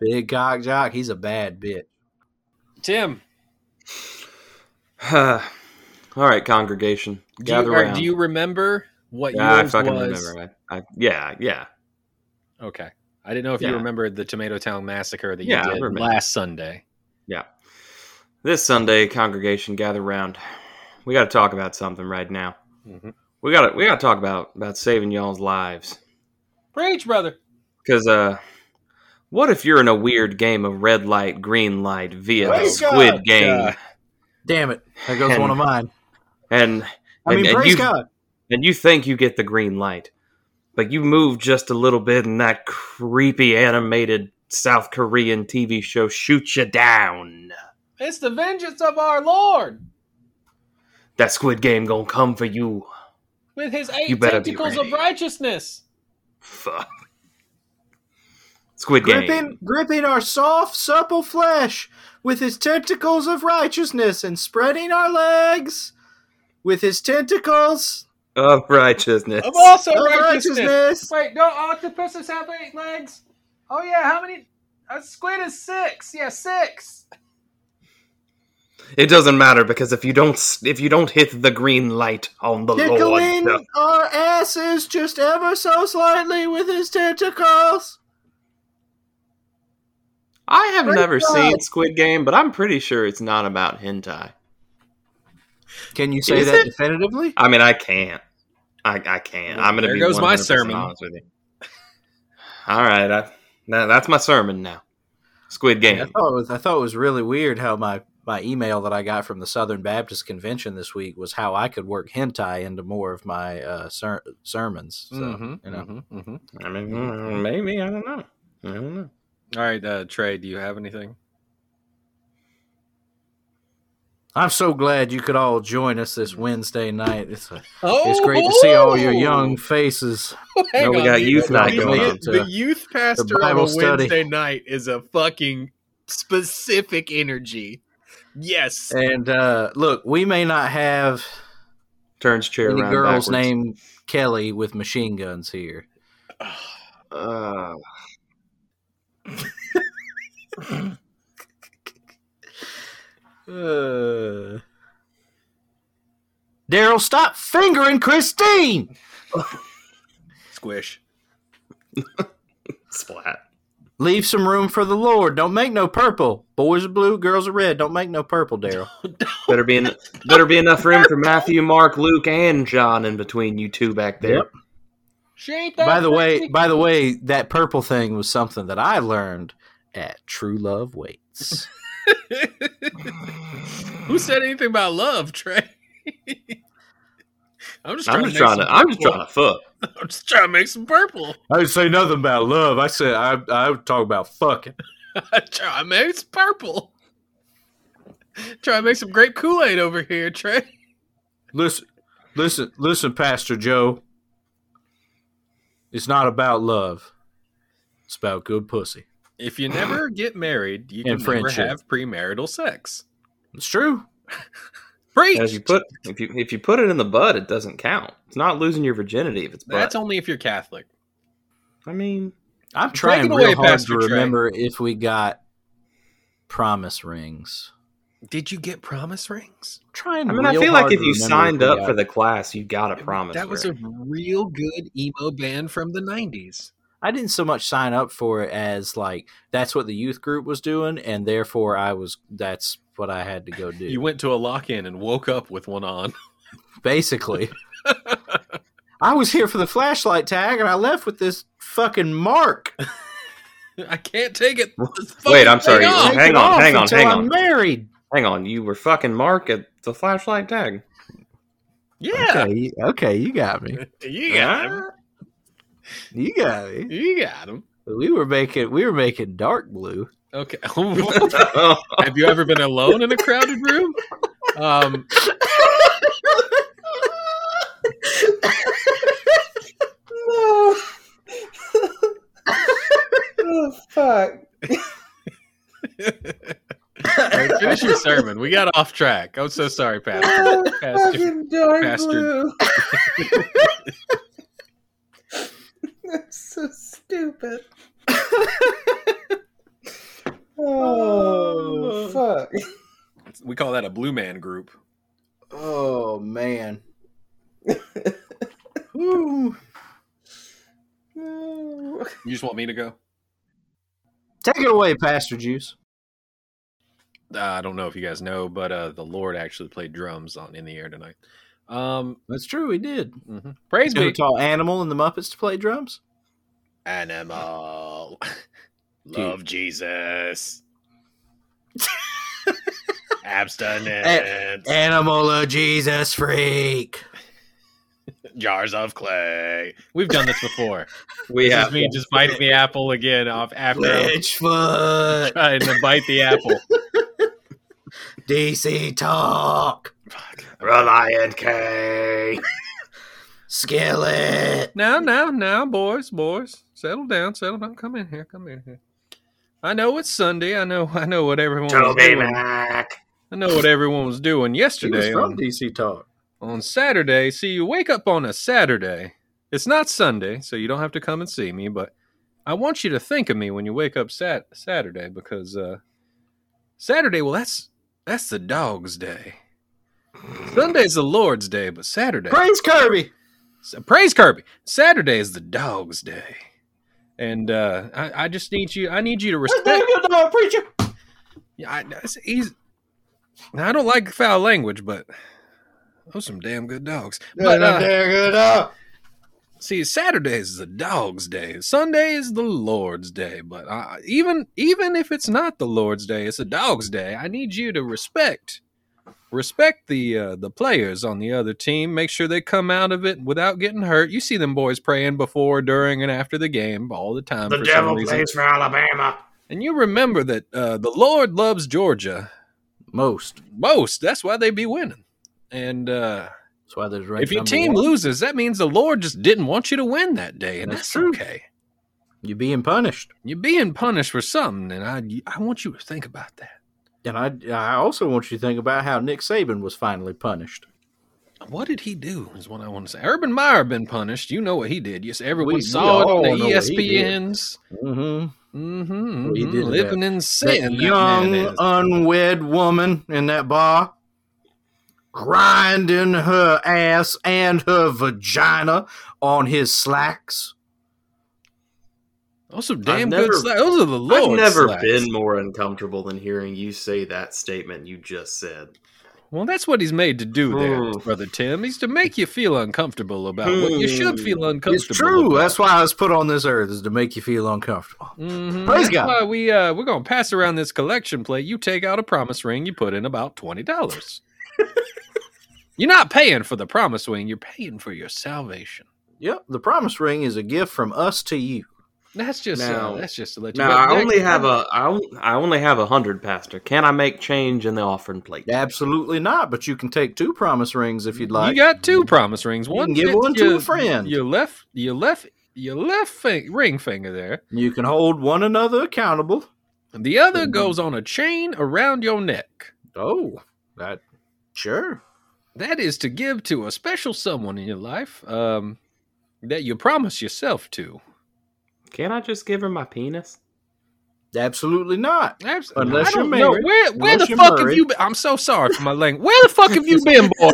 Speaker 4: Big cock jock. He's a bad bitch.
Speaker 2: Tim,
Speaker 3: Uh, all right, congregation,
Speaker 2: do you,
Speaker 3: gather
Speaker 2: or
Speaker 3: around.
Speaker 2: do you remember what
Speaker 3: Yeah, I
Speaker 2: yours
Speaker 3: fucking
Speaker 2: was?
Speaker 3: remember. I, I, yeah, yeah.
Speaker 2: Okay, I didn't know if you
Speaker 3: Yeah.
Speaker 2: remembered the Tomato Town massacre that
Speaker 3: Yeah, I
Speaker 2: you did
Speaker 3: remember.
Speaker 2: last Sunday.
Speaker 3: This Sunday, congregation, gather round. We got to talk about something right now.
Speaker 2: Mhm.
Speaker 3: We got to we got to talk about about saving y'all's lives.
Speaker 2: Preach, brother.
Speaker 3: Cause uh, what if you're in a weird game of red light, green light via the
Speaker 2: Praise
Speaker 3: Squid
Speaker 2: God.
Speaker 3: Game,
Speaker 2: Yeah.
Speaker 4: Damn it! There goes one of mine.
Speaker 3: and
Speaker 4: I mean,
Speaker 3: And- and
Speaker 4: praise
Speaker 3: you-
Speaker 4: God.
Speaker 3: and you think you get the green light, but you move just a little bit, and that creepy animated South Korean TV show shoots you down.
Speaker 2: It's the vengeance of our Lord
Speaker 3: That Squid Game gonna come for you.
Speaker 2: with his eight
Speaker 3: You better be tentacles of ready.
Speaker 2: righteousness.
Speaker 3: Fuck. Squid Game.
Speaker 4: gripping gripping our soft supple flesh with his tentacles of righteousness and spreading our legs with his tentacles
Speaker 3: of righteousness.
Speaker 2: also
Speaker 4: of righteousness
Speaker 2: Wait, don't octopuses have eight legs? Oh yeah, how many? A squid is six. Yeah, six.
Speaker 3: It doesn't matter because if you don't s- if you don't hit the green light on the
Speaker 4: tickling
Speaker 3: Lord,
Speaker 4: our asses just ever so slightly with his tentacles
Speaker 3: I have
Speaker 4: Praise
Speaker 3: never
Speaker 4: God.
Speaker 3: seen Squid Game, but I'm pretty sure it's not about hentai.
Speaker 4: can you say
Speaker 3: Is
Speaker 4: that
Speaker 3: it?
Speaker 4: definitively
Speaker 3: I mean, I can't. I, I can't. I'm gonna.
Speaker 2: There
Speaker 3: be
Speaker 2: goes my
Speaker 3: 100%
Speaker 2: sermon.
Speaker 3: honest with you. All right, I, now that's my sermon now. Squid
Speaker 4: I
Speaker 3: Game.
Speaker 4: thought, it was, I thought it was really weird how my, my email that I got from the Southern Baptist Convention this week was how I could work hentai into more of my uh, ser- sermons. So, you know.
Speaker 3: I mean, mm, maybe I don't know. I don't know.
Speaker 2: All right, uh, Trey, do you have anything?
Speaker 4: I'm so glad you could all join us this Wednesday night. It's, a, it's great to see all your young faces.
Speaker 1: Oh, Hang
Speaker 3: No, we
Speaker 1: on,
Speaker 3: got
Speaker 1: dude.
Speaker 3: youth night
Speaker 1: The-
Speaker 3: going
Speaker 4: on,
Speaker 1: The,
Speaker 4: too.
Speaker 1: youth pastor on a
Speaker 4: Bible
Speaker 1: Wednesday
Speaker 4: study.
Speaker 1: night is a fucking specific energy. Yes.
Speaker 4: And uh, look, we may not have
Speaker 3: Turns chair
Speaker 4: any
Speaker 3: around.
Speaker 4: girls
Speaker 3: backwards.
Speaker 4: named Kelly with machine guns here.
Speaker 3: Uh,
Speaker 4: Uh, Daryl, stop fingering Christine.
Speaker 1: Squish.
Speaker 3: splat.
Speaker 4: Leave some room for the Lord. Don't make no purple. Boys are blue, girls are red. Don't make no purple, Daryl.
Speaker 3: Better be in, better be enough room for Matthew, Mark, Luke, and John in between you two back there.
Speaker 4: Yep.
Speaker 1: She ain't that
Speaker 4: by the way, by the way, that purple thing was something that I learned at True Love Waits.
Speaker 1: Who said anything about love, Trey? I'm just trying,
Speaker 3: I'm just
Speaker 1: to, make
Speaker 3: trying to.
Speaker 1: some
Speaker 3: I'm just
Speaker 1: purple.
Speaker 3: trying to fuck.
Speaker 1: I'm just trying to make some purple.
Speaker 4: I didn't say nothing about love. I said I I would talk about fucking.
Speaker 1: try to make some purple. try to make some grape Kool Aid over here, Trey.
Speaker 4: Listen, listen, listen, Pastor Joe. It's not about love. It's about good pussy.
Speaker 2: If you never get married, you can
Speaker 4: And
Speaker 2: never
Speaker 4: friendship.
Speaker 2: have premarital sex.
Speaker 4: It's true.
Speaker 1: Preach.
Speaker 3: And if you put if you if you put it in the bud, it doesn't count. It's not losing your virginity if it's butt.
Speaker 2: That's only if you're Catholic.
Speaker 3: I mean,
Speaker 4: I'm trying
Speaker 2: it
Speaker 4: real
Speaker 2: away,
Speaker 4: hard
Speaker 2: Pastor
Speaker 4: to
Speaker 2: Trey.
Speaker 4: remember if we got promise rings.
Speaker 2: Did you get promise rings?
Speaker 4: Trying.
Speaker 3: I mean, I
Speaker 4: real
Speaker 3: feel like
Speaker 4: hard
Speaker 3: if
Speaker 4: to
Speaker 3: you
Speaker 4: remember
Speaker 3: signed
Speaker 4: we
Speaker 3: up
Speaker 4: got-
Speaker 3: for the class, you got a promise.
Speaker 2: That was a real good emo band from the 90s.
Speaker 4: I didn't so much sign up for it as like that's what the youth group was doing, and therefore I was. That's what I had to go do.
Speaker 2: You went to a lock in and woke up with one on.
Speaker 4: basically. I was here for the flashlight tag, and I left with this fucking mark.
Speaker 1: I can't take it. This
Speaker 3: Wait, I'm
Speaker 1: fucking
Speaker 3: sorry.
Speaker 1: thing off.
Speaker 3: Hang
Speaker 4: Take it
Speaker 3: on,
Speaker 4: off
Speaker 3: hang on,
Speaker 4: until
Speaker 3: hang
Speaker 4: I'm
Speaker 3: on.
Speaker 4: Married.
Speaker 3: Hang on, you were fucking Mark at the flashlight tag.
Speaker 1: Yeah.
Speaker 4: Okay, okay, you got me.
Speaker 1: You got him.
Speaker 4: You got me.
Speaker 1: You got him.
Speaker 4: We were making we were making dark blue.
Speaker 2: Okay.
Speaker 3: Oh,
Speaker 2: have you ever been alone in a crowded room? Um,
Speaker 3: fuck.
Speaker 2: all right, finish your sermon. We got off track. I'm so sorry, Pastor. Pastor.
Speaker 3: dark
Speaker 2: bastard.
Speaker 3: That's so stupid.
Speaker 4: Oh,
Speaker 3: fuck.
Speaker 2: We call that a blue man group.
Speaker 4: Oh man. Ooh.
Speaker 2: You just want me to go?
Speaker 4: Take it away, Pastor Juice.
Speaker 2: Uh, I don't know if you guys know, but uh, the Lord actually played drums on in the air tonight. Um,
Speaker 4: That's true. We did.
Speaker 2: mhm. Praise
Speaker 4: Gonna
Speaker 2: be.
Speaker 4: call Animal and the Muppets to play drums.
Speaker 1: Animal. Uh, Love Jesus. Abstinence.
Speaker 4: Animal of Jesus freak.
Speaker 1: jars of clay.
Speaker 2: We've done this before.
Speaker 3: We
Speaker 2: This
Speaker 3: have
Speaker 2: is me just biting the apple again off after I'm
Speaker 4: Glitchfoot.
Speaker 2: trying to bite the apple.
Speaker 4: DC Talk.
Speaker 3: Reliant K.
Speaker 4: Skillet.
Speaker 2: Now, now, now, boys, boys, settle down, settle down. Come in here, come in here. I know it's Sunday. I know, I know what everyone was
Speaker 3: Toby
Speaker 2: doing.
Speaker 3: Mac.
Speaker 2: I know what everyone was doing
Speaker 4: She was
Speaker 2: yesterday
Speaker 4: from
Speaker 2: on,
Speaker 4: DC Talk.
Speaker 2: on Saturday. See, you wake up on a Saturday. It's not Sunday, so you don't have to come and see me. But I want you to think of me when you wake up sat- Saturday because uh, Saturday, well, that's that's the dog's day. Sunday's the Lord's day, but Saturday.
Speaker 4: Praise Kirby.
Speaker 2: So praise Kirby. Saturday is the dog's day. And uh, I, I just need you. I need you to respect.
Speaker 4: dog, preacher.
Speaker 2: Yeah, I, that's easy. Now, I don't like foul language, but those some damn good dogs. But uh,
Speaker 4: good dog.
Speaker 2: see, Saturday is the dog's day. Sunday is the Lord's day. But uh, even even if it's not the Lord's day, it's a dog's day. I need you to respect respect the uh, the players on the other team. Make sure they come out of it without getting hurt. You see them boys praying before, during, and after the game all the time.
Speaker 3: The
Speaker 2: for
Speaker 3: devil
Speaker 2: some reason.
Speaker 3: plays for Alabama.
Speaker 2: And you remember that uh, the Lord loves Georgia,
Speaker 4: Most.
Speaker 2: Most. That's why they be winning. And uh,
Speaker 4: That's why there's ranked
Speaker 2: if your
Speaker 4: number
Speaker 2: team
Speaker 4: one.
Speaker 2: loses, that means the Lord just didn't want you to win that day, and
Speaker 4: That's
Speaker 2: that's,
Speaker 4: true.
Speaker 2: okay.
Speaker 4: you're being punished.
Speaker 2: You're being punished for something, and I I want you to think about that.
Speaker 4: And I, I also want you to think about how Nick Saban was finally punished.
Speaker 2: What did he do? Is what I want to say. Urban Meyer been punished. You know what he did. Yes, everyone
Speaker 4: we
Speaker 2: saw it on
Speaker 4: all
Speaker 2: the E
Speaker 4: know what he did.
Speaker 2: ESPNs.
Speaker 4: Mm-hmm.
Speaker 2: Mm-hmm.
Speaker 4: What he did to
Speaker 2: living in
Speaker 4: That
Speaker 2: sin. that man
Speaker 4: young, uh,
Speaker 2: is.
Speaker 4: unwed woman in that bar grinding her ass and her vagina on his slacks.
Speaker 2: Those are damn
Speaker 3: never-
Speaker 2: good slacks. Those are the Lord's
Speaker 3: I've never
Speaker 2: slacks.
Speaker 3: been more uncomfortable than hearing you say that statement you just said.
Speaker 2: Well, that's what he's made to do there,
Speaker 4: Hmm.
Speaker 3: Oof.
Speaker 2: Brother Tim. He's to make you feel uncomfortable about what you should
Speaker 3: Hmm.
Speaker 2: feel uncomfortable
Speaker 4: It's true.
Speaker 2: about.
Speaker 4: That's why I was put on this earth is to make you feel uncomfortable.
Speaker 2: Mhm.
Speaker 4: Praise
Speaker 2: That's
Speaker 4: God.
Speaker 2: why we uh, we're gonna pass around this collection plate. You take out a promise ring, you put in about twenty dollars. you're not paying for the promise ring, you're paying for your salvation.
Speaker 4: Yep, the promise ring is a gift from us to you.
Speaker 2: That's just uh,
Speaker 3: Now-
Speaker 2: that's just to let you
Speaker 3: Now
Speaker 2: know.
Speaker 3: I
Speaker 2: Nick,
Speaker 3: only have a I, on- I only have a hundred, Pastor. Can I make change in the offering plate?
Speaker 4: Absolutely not, but you can take two promise rings if you'd like.
Speaker 2: you got two promise rings.
Speaker 4: You
Speaker 2: One
Speaker 4: can give
Speaker 2: fits
Speaker 4: one to a
Speaker 2: your-
Speaker 4: friend.
Speaker 2: Your left your left your left fin- ring finger there.
Speaker 4: you can hold one another accountable.
Speaker 2: And the other
Speaker 4: Mhm.
Speaker 2: goes on a chain around your neck.
Speaker 4: Oh, that sure.
Speaker 2: That is to give to a special someone in your life um, that you promise yourself to.
Speaker 3: Can I just give her my penis?
Speaker 4: Absolutely not.
Speaker 2: Abs-
Speaker 4: Unless
Speaker 2: I don't
Speaker 4: you're
Speaker 2: know.
Speaker 4: married.
Speaker 2: Where, where
Speaker 4: Unless
Speaker 2: the
Speaker 4: you're
Speaker 2: fuck have
Speaker 4: married.
Speaker 2: you been? I'm so sorry for my language. Where the fuck have you been, boy?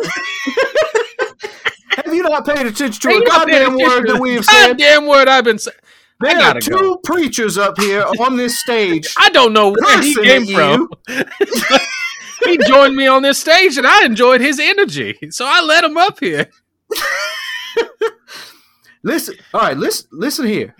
Speaker 4: Have you not paid attention to
Speaker 2: Ain't
Speaker 4: a
Speaker 2: no
Speaker 4: goddamn
Speaker 2: dedication
Speaker 4: word
Speaker 2: to
Speaker 4: that
Speaker 2: the
Speaker 4: we have said?
Speaker 2: Goddamn word I've been saying. I
Speaker 4: There are
Speaker 2: gotta
Speaker 4: two
Speaker 2: go.
Speaker 4: preachers up here on this stage.
Speaker 2: I don't know where he
Speaker 4: Cursing
Speaker 2: came
Speaker 4: at
Speaker 2: from. he joined me on this stage and I enjoyed his energy. So I let him up here.
Speaker 4: Listen, all right, listen, listen here.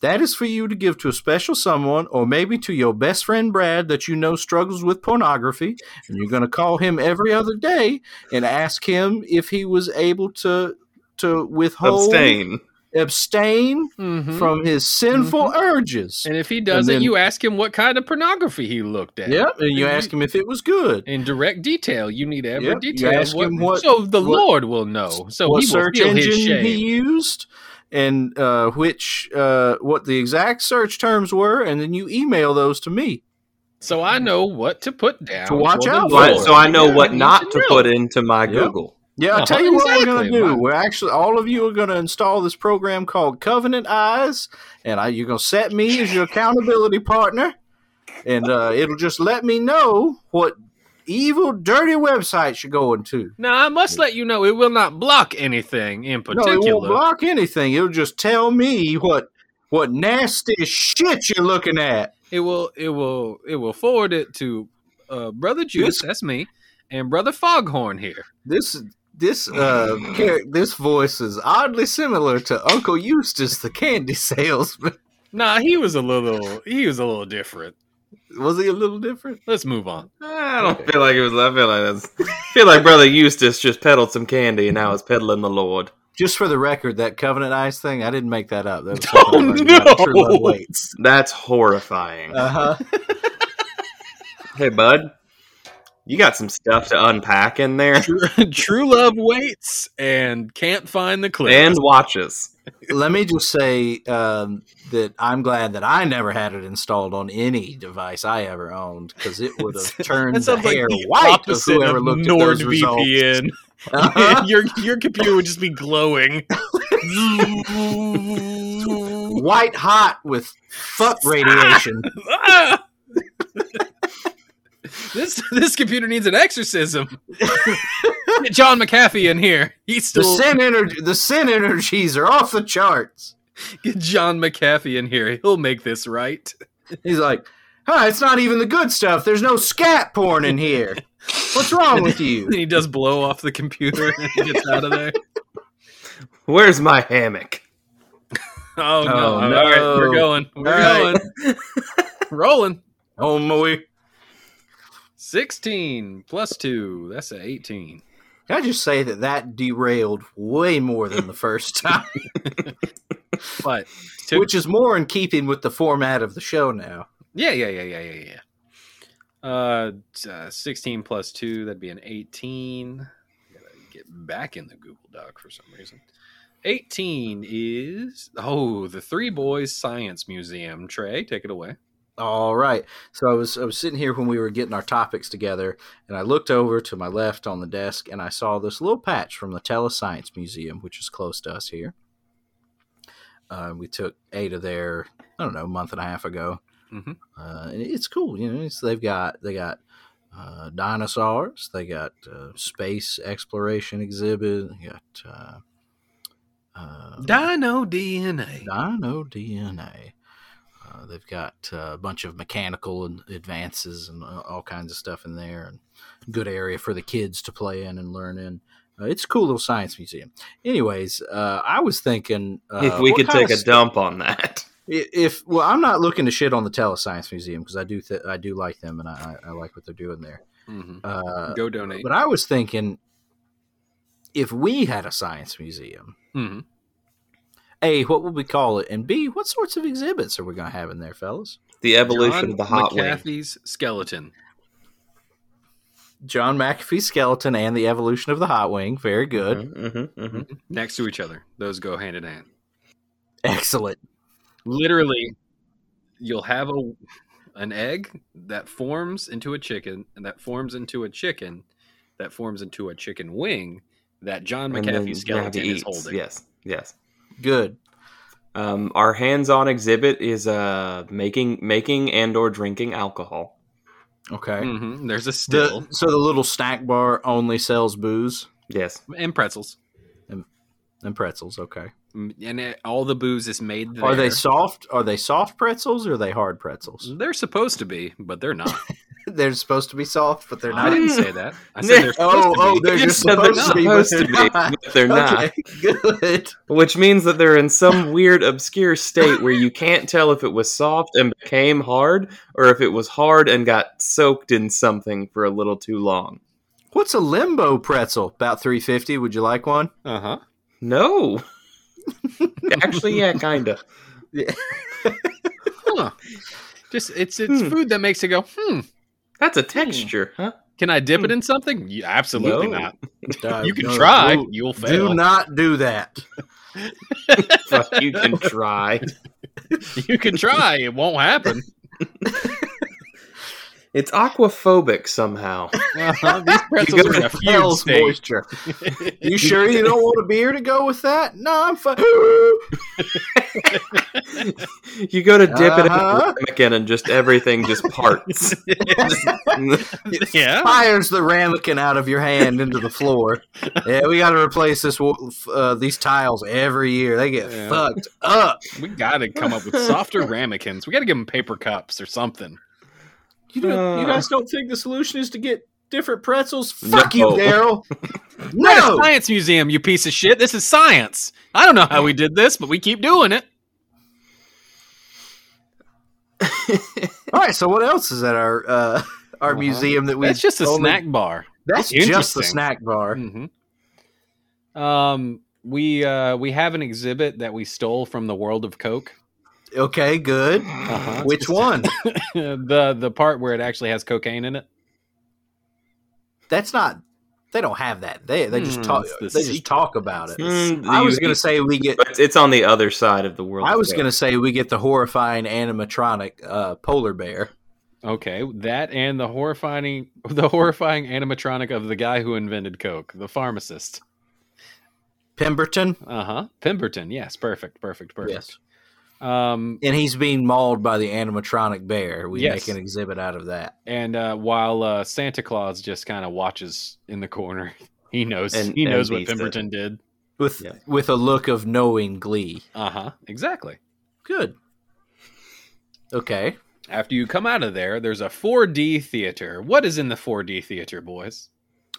Speaker 4: That is for you to give to a special someone, or maybe to your best friend Brad that you know struggles with pornography, and you're going to call him every other day and ask him if he was able to to withhold
Speaker 3: Abstain.
Speaker 4: abstain
Speaker 2: Mhm.
Speaker 4: from his sinful
Speaker 2: Mm-hmm.
Speaker 4: urges.
Speaker 2: and if he doesn't,
Speaker 4: Mm-hmm. then-
Speaker 2: you ask him what kind of pornography he looked at.
Speaker 4: Yep, and you ask him if it was good.
Speaker 2: in direct detail. You need every
Speaker 4: Yep, you
Speaker 2: detail.
Speaker 4: ask
Speaker 2: what-
Speaker 4: him what-
Speaker 2: so the
Speaker 4: what-
Speaker 2: Lord will know. So
Speaker 4: what
Speaker 2: he will
Speaker 4: search
Speaker 2: feel his
Speaker 4: engine
Speaker 2: shame.
Speaker 4: he used and uh, which uh, what the exact search terms were and then you email those to me
Speaker 2: so I know what to put down.
Speaker 4: To watch
Speaker 2: for the
Speaker 4: out for.
Speaker 2: Lord.
Speaker 3: Right, so I know
Speaker 2: Yeah,
Speaker 3: what
Speaker 2: he
Speaker 3: not
Speaker 2: should
Speaker 3: to
Speaker 2: know.
Speaker 3: put into my
Speaker 4: Yep.
Speaker 3: Google.
Speaker 4: yeah i'll
Speaker 2: Uh-huh,
Speaker 4: tell you what we're going to
Speaker 2: exactly.
Speaker 4: do
Speaker 2: Wow.
Speaker 4: we're actually all of you are going to install this program called covenant eyes and I, you're going to set me as your accountability partner and uh, it'll just let me know what evil dirty websites you're going to
Speaker 2: Now I must let you know it will not block anything in
Speaker 4: no
Speaker 2: particular.
Speaker 4: it won't block anything it'll just tell me what what nasty shit you're looking at
Speaker 2: It will. It will. It will forward it to uh, brother Juice.
Speaker 4: This-
Speaker 2: That's me. And brother Foghorn here.
Speaker 4: This this uh char- this voice is oddly similar to Uncle Eustace the candy salesman.
Speaker 2: Nah, he was a little. He was a little different.
Speaker 4: Was he a little different?
Speaker 2: Let's move on.
Speaker 3: I don't feel like it was. I feel like that's. I feel like Brother Eustace just peddled some candy and now is peddling the Lord.
Speaker 4: Just for the record, that covenant ice thing, I didn't make that up. That was
Speaker 2: Oh,
Speaker 4: something I learned about True Love
Speaker 2: no.
Speaker 4: Waits.
Speaker 3: That's horrifying.
Speaker 4: Uh-huh.
Speaker 3: hey, bud, you got some stuff to unpack in there
Speaker 2: True, true love waits and can't find the clip.
Speaker 3: and watches.
Speaker 4: Let me just say um, that I'm glad that I never had it installed on any device I ever owned because it would have turned
Speaker 2: That
Speaker 4: the
Speaker 2: sounds like
Speaker 4: hair
Speaker 2: the
Speaker 4: white of
Speaker 2: opposite
Speaker 4: whoever
Speaker 2: of
Speaker 4: looked at those results.
Speaker 2: NordVPN.
Speaker 4: Uh-huh.
Speaker 2: your your computer would just be glowing.
Speaker 4: White hot with fuck radiation.
Speaker 2: Ah! this this computer needs an exorcism. Get John McAfee in here. He's
Speaker 4: The
Speaker 2: still
Speaker 4: sin energy, the sin energies are off the charts.
Speaker 2: get John McAfee in here. He'll make this right.
Speaker 4: He's like, huh, it's not even the good stuff. There's no scat porn in here. What's wrong with you?
Speaker 2: Then he does blow off the computer and he gets out of there.
Speaker 3: Where's my hammock?
Speaker 2: Oh no!
Speaker 4: Oh, no.
Speaker 2: All right, we're going. We're
Speaker 4: All
Speaker 2: going. Rolling.
Speaker 4: Oh my!
Speaker 2: Sixteen plus two. That's a eighteen.
Speaker 4: Can I just say that that derailed way more than the first time,
Speaker 2: But two.
Speaker 4: which is more in keeping with the format of the show now.
Speaker 2: Yeah, yeah, yeah, yeah, yeah, yeah. Uh, t- uh, 16 plus 2, that'd be an 18. I gotta get back in the Google Doc for some reason. 18 is, oh, the Three Boys Science Museum. Trey, take it away.
Speaker 4: All right. So I was I was sitting here when we were getting our topics together, and I looked over to my left on the desk, and I saw this little patch from the Telescience Museum, which is close to us here. Uh, we took Ada there, I don't know, a month and a half ago,
Speaker 2: Mhm.
Speaker 4: uh, and it's cool. You know, it's, they've got they got uh, dinosaurs, they got uh, space exploration exhibit, they got uh,
Speaker 3: Oh,
Speaker 4: uh,
Speaker 1: Dino DNA.
Speaker 4: Dino DNA. Uh, they've got uh, a bunch of mechanical and advances and uh, all kinds of stuff in there, and good area for the kids to play in and learn in. Uh, it's a cool little science museum. Anyways, uh, I was thinking uh,
Speaker 3: if we
Speaker 4: what
Speaker 3: could
Speaker 4: kind
Speaker 3: take
Speaker 4: of
Speaker 3: a dump on that.
Speaker 4: I- if well i'm not looking to shit on the telescience museum because i do th- i do like them and I, I I like what they're doing there
Speaker 2: Mhm.
Speaker 4: uh,
Speaker 2: Go donate.
Speaker 4: but i was thinking if we had a science museum
Speaker 2: Mhm.
Speaker 4: a what would we call it and b what sorts of exhibits are we going to have in there fellas
Speaker 3: The evolution
Speaker 2: John
Speaker 3: of the hot wing.
Speaker 2: McAfee's skeleton.
Speaker 4: john mcafee's skeleton and the evolution of the hot wing very good
Speaker 3: Mm-hmm, hmm
Speaker 2: Next to each other. Those go hand in hand.
Speaker 4: excellent
Speaker 2: literally you'll have a an egg that forms into a chicken and that forms into a chicken that forms into a chicken wing that John McAfee's skeleton is holding.
Speaker 3: Yes, yes.
Speaker 4: good
Speaker 3: Um, our hands-on exhibit is uh, making making and or drinking alcohol.
Speaker 4: okay
Speaker 2: Mhm, There's a still
Speaker 4: the, so the little snack bar only sells booze
Speaker 3: Yes,
Speaker 2: and pretzels.
Speaker 4: and pretzels okay
Speaker 2: Mm, And it, all the booze is made there.
Speaker 4: are they soft are they soft pretzels or are they hard pretzels
Speaker 2: They're supposed to be, but they're not.
Speaker 4: they're supposed to be soft, but they're
Speaker 2: Mm. I
Speaker 4: not.
Speaker 2: didn't say that. I said they're supposed
Speaker 4: Oh,
Speaker 2: to
Speaker 4: oh,
Speaker 2: be.
Speaker 4: they're
Speaker 3: You
Speaker 4: just
Speaker 3: said they're
Speaker 4: supposed to be, but
Speaker 3: supposed to be,
Speaker 4: they're not.
Speaker 3: but they're not.
Speaker 4: Okay, good.
Speaker 3: Which means that they're in some weird obscure state where you can't tell if it was soft and became hard or if it was hard and got soaked in something for a little too long.
Speaker 4: What's a limbo pretzel? About three fifty. Would you like one?
Speaker 2: Uh-huh.
Speaker 3: No. Actually, yeah, kinda.
Speaker 2: Huh. Just it's it's
Speaker 3: Hmm.
Speaker 2: food that makes it go, hmm.
Speaker 3: That's a texture, huh?
Speaker 2: Can I dip
Speaker 4: Hmm.
Speaker 2: it in something? Yeah, absolutely
Speaker 3: No.
Speaker 2: not.
Speaker 4: Uh,
Speaker 2: You can
Speaker 4: no,
Speaker 2: try.
Speaker 4: Do,
Speaker 2: You'll
Speaker 4: do
Speaker 2: fail.
Speaker 4: not do that.
Speaker 3: Fuck, you can try.
Speaker 2: you can try. It won't happen.
Speaker 3: It's aquaphobic somehow.
Speaker 2: Uh-huh. These pretzels
Speaker 4: Because
Speaker 2: are in a
Speaker 4: it
Speaker 2: fugue
Speaker 4: repels
Speaker 2: state.
Speaker 4: moisture. You sure you don't want a beer to go with that? No, I'm fine.
Speaker 3: You go to dip it in
Speaker 4: Uh-huh.
Speaker 3: the ramekin and just everything just parts.
Speaker 2: yeah.
Speaker 4: Fires the ramekin out of your hand into the floor. Yeah, we got to replace this wo- f- uh, these tiles every year. They get
Speaker 2: Yeah.
Speaker 4: fucked up.
Speaker 2: We got to come up with softer ramekins. We got to give them paper cups or something.
Speaker 4: You, don't, you
Speaker 3: Uh.
Speaker 4: guys don't think the solution is to get different pretzels? Fuck
Speaker 3: No.
Speaker 4: you, Daryl.
Speaker 2: We're at a
Speaker 4: no.
Speaker 2: science museum, you piece of shit. This is science. I don't know how we did this, but we keep doing it.
Speaker 4: All right. So what else is at our uh, our
Speaker 2: Uh-huh.
Speaker 4: museum that we?
Speaker 2: It's just a
Speaker 4: only-
Speaker 2: snack bar.
Speaker 4: That's just the
Speaker 2: Interesting.
Speaker 4: snack bar.
Speaker 2: Mm-hmm. Um, we uh, we have an exhibit that we stole from the world of Coke.
Speaker 4: Okay, good.
Speaker 2: Uh-huh.
Speaker 4: Which one?
Speaker 2: the the part where it actually has cocaine in it.
Speaker 4: That's not. They don't have that. They they just
Speaker 2: Hmm,
Speaker 4: talk.
Speaker 2: it's the
Speaker 4: They
Speaker 2: secret.
Speaker 4: just talk about it.
Speaker 3: Mm,
Speaker 4: I
Speaker 3: you-
Speaker 4: was gonna say we get.
Speaker 3: But it's on the other side of the world.
Speaker 4: I was
Speaker 3: scale.
Speaker 4: gonna say we get the horrifying animatronic uh, polar bear.
Speaker 2: Okay, that and the horrifying the horrifying animatronic of the guy who invented Coke, the pharmacist.
Speaker 4: Pemberton,
Speaker 2: Uh-huh. Pemberton. Yes, perfect, perfect, perfect. Um
Speaker 4: and he's being mauled by the animatronic bear. We
Speaker 2: Yes.
Speaker 4: make an exhibit out of that.
Speaker 2: and uh while uh Santa Claus just kind of watches in the corner. He knows
Speaker 3: And-
Speaker 2: he
Speaker 3: and
Speaker 2: knows what
Speaker 3: beats it.
Speaker 2: Pemberton did.
Speaker 4: with
Speaker 3: Yeah.
Speaker 4: with a look of knowing glee.
Speaker 2: Uh-huh. Exactly.
Speaker 4: Good. Okay.
Speaker 2: After you come out of there, there's a 4D theater. What is in the 4D theater, boys?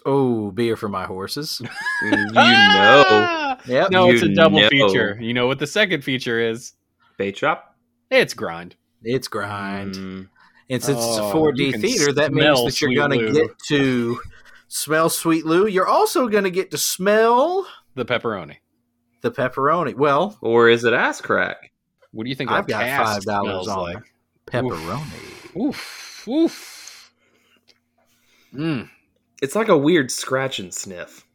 Speaker 4: Oh, beer for my horses.
Speaker 3: You know,
Speaker 4: Yep.
Speaker 2: Ah! No, it's a
Speaker 3: You
Speaker 2: double
Speaker 3: know.
Speaker 2: feature. You know what the second feature is?
Speaker 3: bait shop.
Speaker 2: It's grind.
Speaker 4: It's grind.
Speaker 3: Mm.
Speaker 4: And since it's a
Speaker 2: Oh, you
Speaker 4: 4D
Speaker 2: can
Speaker 4: theater, that means
Speaker 2: smell
Speaker 4: that you're
Speaker 2: Sweet
Speaker 4: going to
Speaker 2: Lou.
Speaker 4: get to smell Sweet Lou. You're also going to get to smell
Speaker 2: The pepperoni.
Speaker 4: the pepperoni. Well,
Speaker 3: Or is it ass crack?
Speaker 2: What do you think?
Speaker 4: I've
Speaker 2: a
Speaker 4: got
Speaker 2: cask
Speaker 4: $5
Speaker 2: smells
Speaker 4: on
Speaker 2: like?
Speaker 4: pepperoni.
Speaker 2: Oof, oof.
Speaker 3: Hmm.
Speaker 2: Mm.
Speaker 3: It's like a weird scratch and sniff.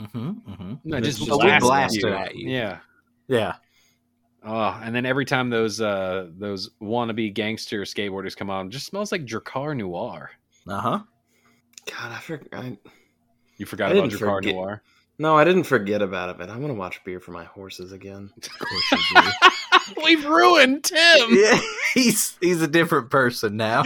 Speaker 4: Mm-hmm, mm-hmm.
Speaker 2: No,
Speaker 3: It's
Speaker 2: just,
Speaker 3: just
Speaker 4: So we
Speaker 3: blasted
Speaker 4: blasted
Speaker 2: you.
Speaker 4: at you.
Speaker 2: Yeah.
Speaker 4: Yeah.
Speaker 2: Oh, and then every time those uh those wannabe gangster skateboarders come on, it just smells like Dracar Noir.
Speaker 4: Uh huh.
Speaker 3: God, I forgot. I,
Speaker 2: You forgot
Speaker 3: I
Speaker 2: about
Speaker 3: didn't
Speaker 2: Dracar
Speaker 3: forget.
Speaker 2: Noir.
Speaker 3: no, I didn't forget about it, but I want to watch Beer for My Horses again.
Speaker 1: We've ruined Tim.
Speaker 4: Yeah, he's he's a different person now.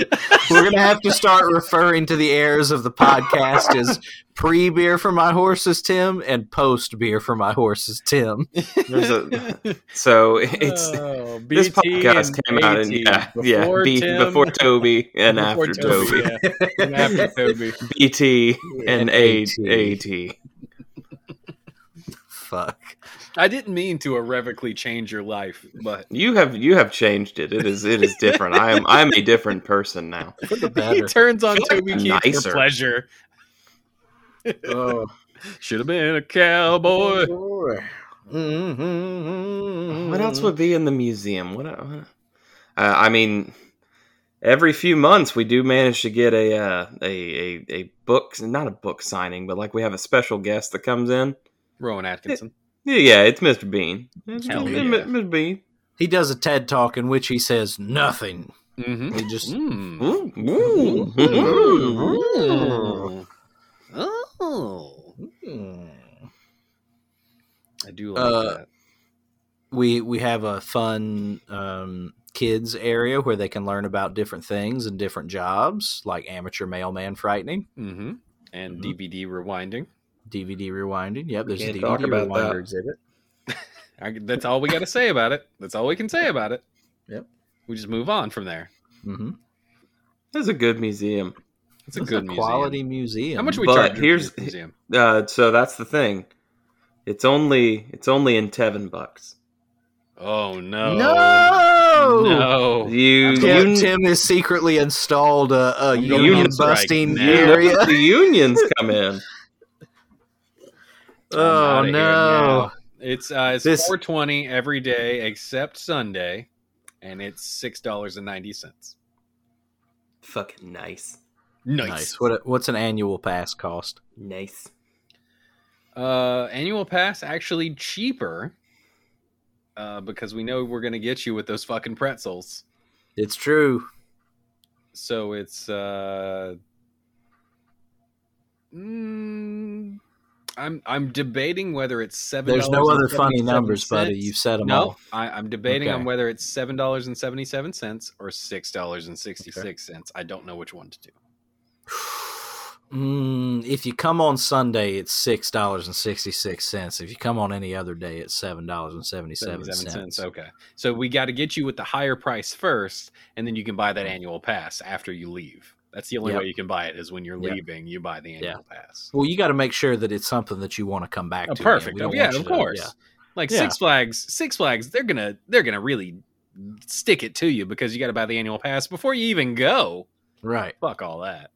Speaker 4: We're gonna have to start referring to the airs of the podcast as pre beer for my horses, Tim, and post beer for my horses, Tim.
Speaker 3: There's a, so it's
Speaker 2: oh,
Speaker 3: this
Speaker 2: BT
Speaker 3: podcast
Speaker 2: and
Speaker 3: came out in
Speaker 2: BT.
Speaker 3: yeah, yeah, B,
Speaker 2: Tim,
Speaker 3: before Toby and
Speaker 2: before
Speaker 3: after Toby,
Speaker 2: yeah. and after Toby.
Speaker 3: BT E and
Speaker 4: And
Speaker 3: A- E AT.
Speaker 4: AT. Fuck.
Speaker 2: I didn't mean to irrevocably change your life, but
Speaker 3: You have you have changed it. It is it is different. I am I am a different person now.
Speaker 4: For the
Speaker 2: he
Speaker 4: better.
Speaker 2: turns on
Speaker 3: Feel like
Speaker 2: Toby
Speaker 3: I'm
Speaker 2: Keith
Speaker 3: nicer.
Speaker 2: for pleasure.
Speaker 4: Oh,
Speaker 2: Should have been a cowboy.
Speaker 4: boy. Mhm.
Speaker 3: What else would be in the museum? What, what uh, I mean, every few months we do manage to get a uh, a a a book, not a book signing, but like we have a special guest that comes in.
Speaker 2: Rowan Atkinson.
Speaker 3: Yeah, yeah, it's Mr. Bean. It's
Speaker 2: Hell
Speaker 3: Mr.
Speaker 2: yeah.
Speaker 3: Mr. Mr. Bean.
Speaker 4: He does a TED talk in which he says nothing.
Speaker 2: Mm-hmm.
Speaker 4: He just
Speaker 2: Mm.
Speaker 3: Ooh, ooh, ooh.
Speaker 1: Oh.
Speaker 3: Mm.
Speaker 2: I do like
Speaker 4: Uh,
Speaker 2: that.
Speaker 4: we we have a fun um, kids area where they can learn about different things and different jobs, like amateur mailman frightening,
Speaker 2: Mm-hmm. And
Speaker 4: Mhm.
Speaker 2: DVD rewinding.
Speaker 4: DVD rewinding. Yep, there's
Speaker 3: Can't
Speaker 4: a
Speaker 3: talk
Speaker 4: DVD
Speaker 3: about
Speaker 4: rewinder
Speaker 3: that.
Speaker 4: exhibit.
Speaker 2: I, that's all we got to say about it. That's all we can say about it.
Speaker 4: Yep.
Speaker 2: We just move on from there.
Speaker 4: Mm-hmm.
Speaker 3: That's a good museum.
Speaker 2: It's a good museum.
Speaker 4: quality museum.
Speaker 2: How much we
Speaker 3: But
Speaker 2: charge? Here's
Speaker 3: here's-
Speaker 2: the museum.
Speaker 3: Uh, so that's the thing. It's only it's only in Tevin bucks.
Speaker 2: Oh no!
Speaker 4: No,
Speaker 2: No!
Speaker 3: You
Speaker 4: Tim,
Speaker 3: you,
Speaker 4: Tim has secretly installed a, a
Speaker 2: I'm going
Speaker 4: union
Speaker 3: on
Speaker 2: strike
Speaker 4: busting
Speaker 2: now.
Speaker 3: you
Speaker 4: area.
Speaker 3: know the unions come in.
Speaker 4: Oh
Speaker 2: I'm outta here now.
Speaker 4: no!
Speaker 2: It's uh, it's
Speaker 4: This-
Speaker 2: four twenty every day except Sunday, and it's six dollars and ninety cents.
Speaker 3: Fucking nice,
Speaker 4: Nice. What a, what's an annual pass cost?
Speaker 3: nice.
Speaker 2: Uh, annual pass actually cheaper. Uh, because we know we're gonna get you with those fucking pretzels.
Speaker 4: It's true.
Speaker 2: So it's uh mm, I'm I'm debating whether it's seven.
Speaker 4: There's no other funny numbers, buddy. You've said them all.
Speaker 2: no, I, I'm debating
Speaker 4: Okay.
Speaker 2: on whether it's seven dollars and seventy seven cents or six dollars and sixty six cents. I don't know which one to do.
Speaker 4: Mm, if you come on Sunday, it's six dollars and sixty six cents. If you come on any other day, it's seven dollars and seventy seven
Speaker 2: 77 cents.
Speaker 4: cents.
Speaker 2: Okay, so we got to get you with the higher price first, and then you can buy that annual pass after you leave. That's the only
Speaker 4: Mm-hmm. Yep.
Speaker 2: way you can buy it is when you're
Speaker 4: Yep.
Speaker 2: leaving. You buy the annual pass.
Speaker 4: Well, you got to make sure that it's something that you want to come back
Speaker 2: Oh,
Speaker 4: to.
Speaker 2: perfect.
Speaker 4: We
Speaker 2: Oh,
Speaker 4: don't
Speaker 2: yeah,
Speaker 4: want you
Speaker 2: of
Speaker 4: to-
Speaker 2: course. Like
Speaker 4: Yeah.
Speaker 2: Six Flags, Six Flags, they're gonna they're gonna really stick it to you because you got to buy the annual pass before you even go.
Speaker 4: Right.
Speaker 2: Fuck all that.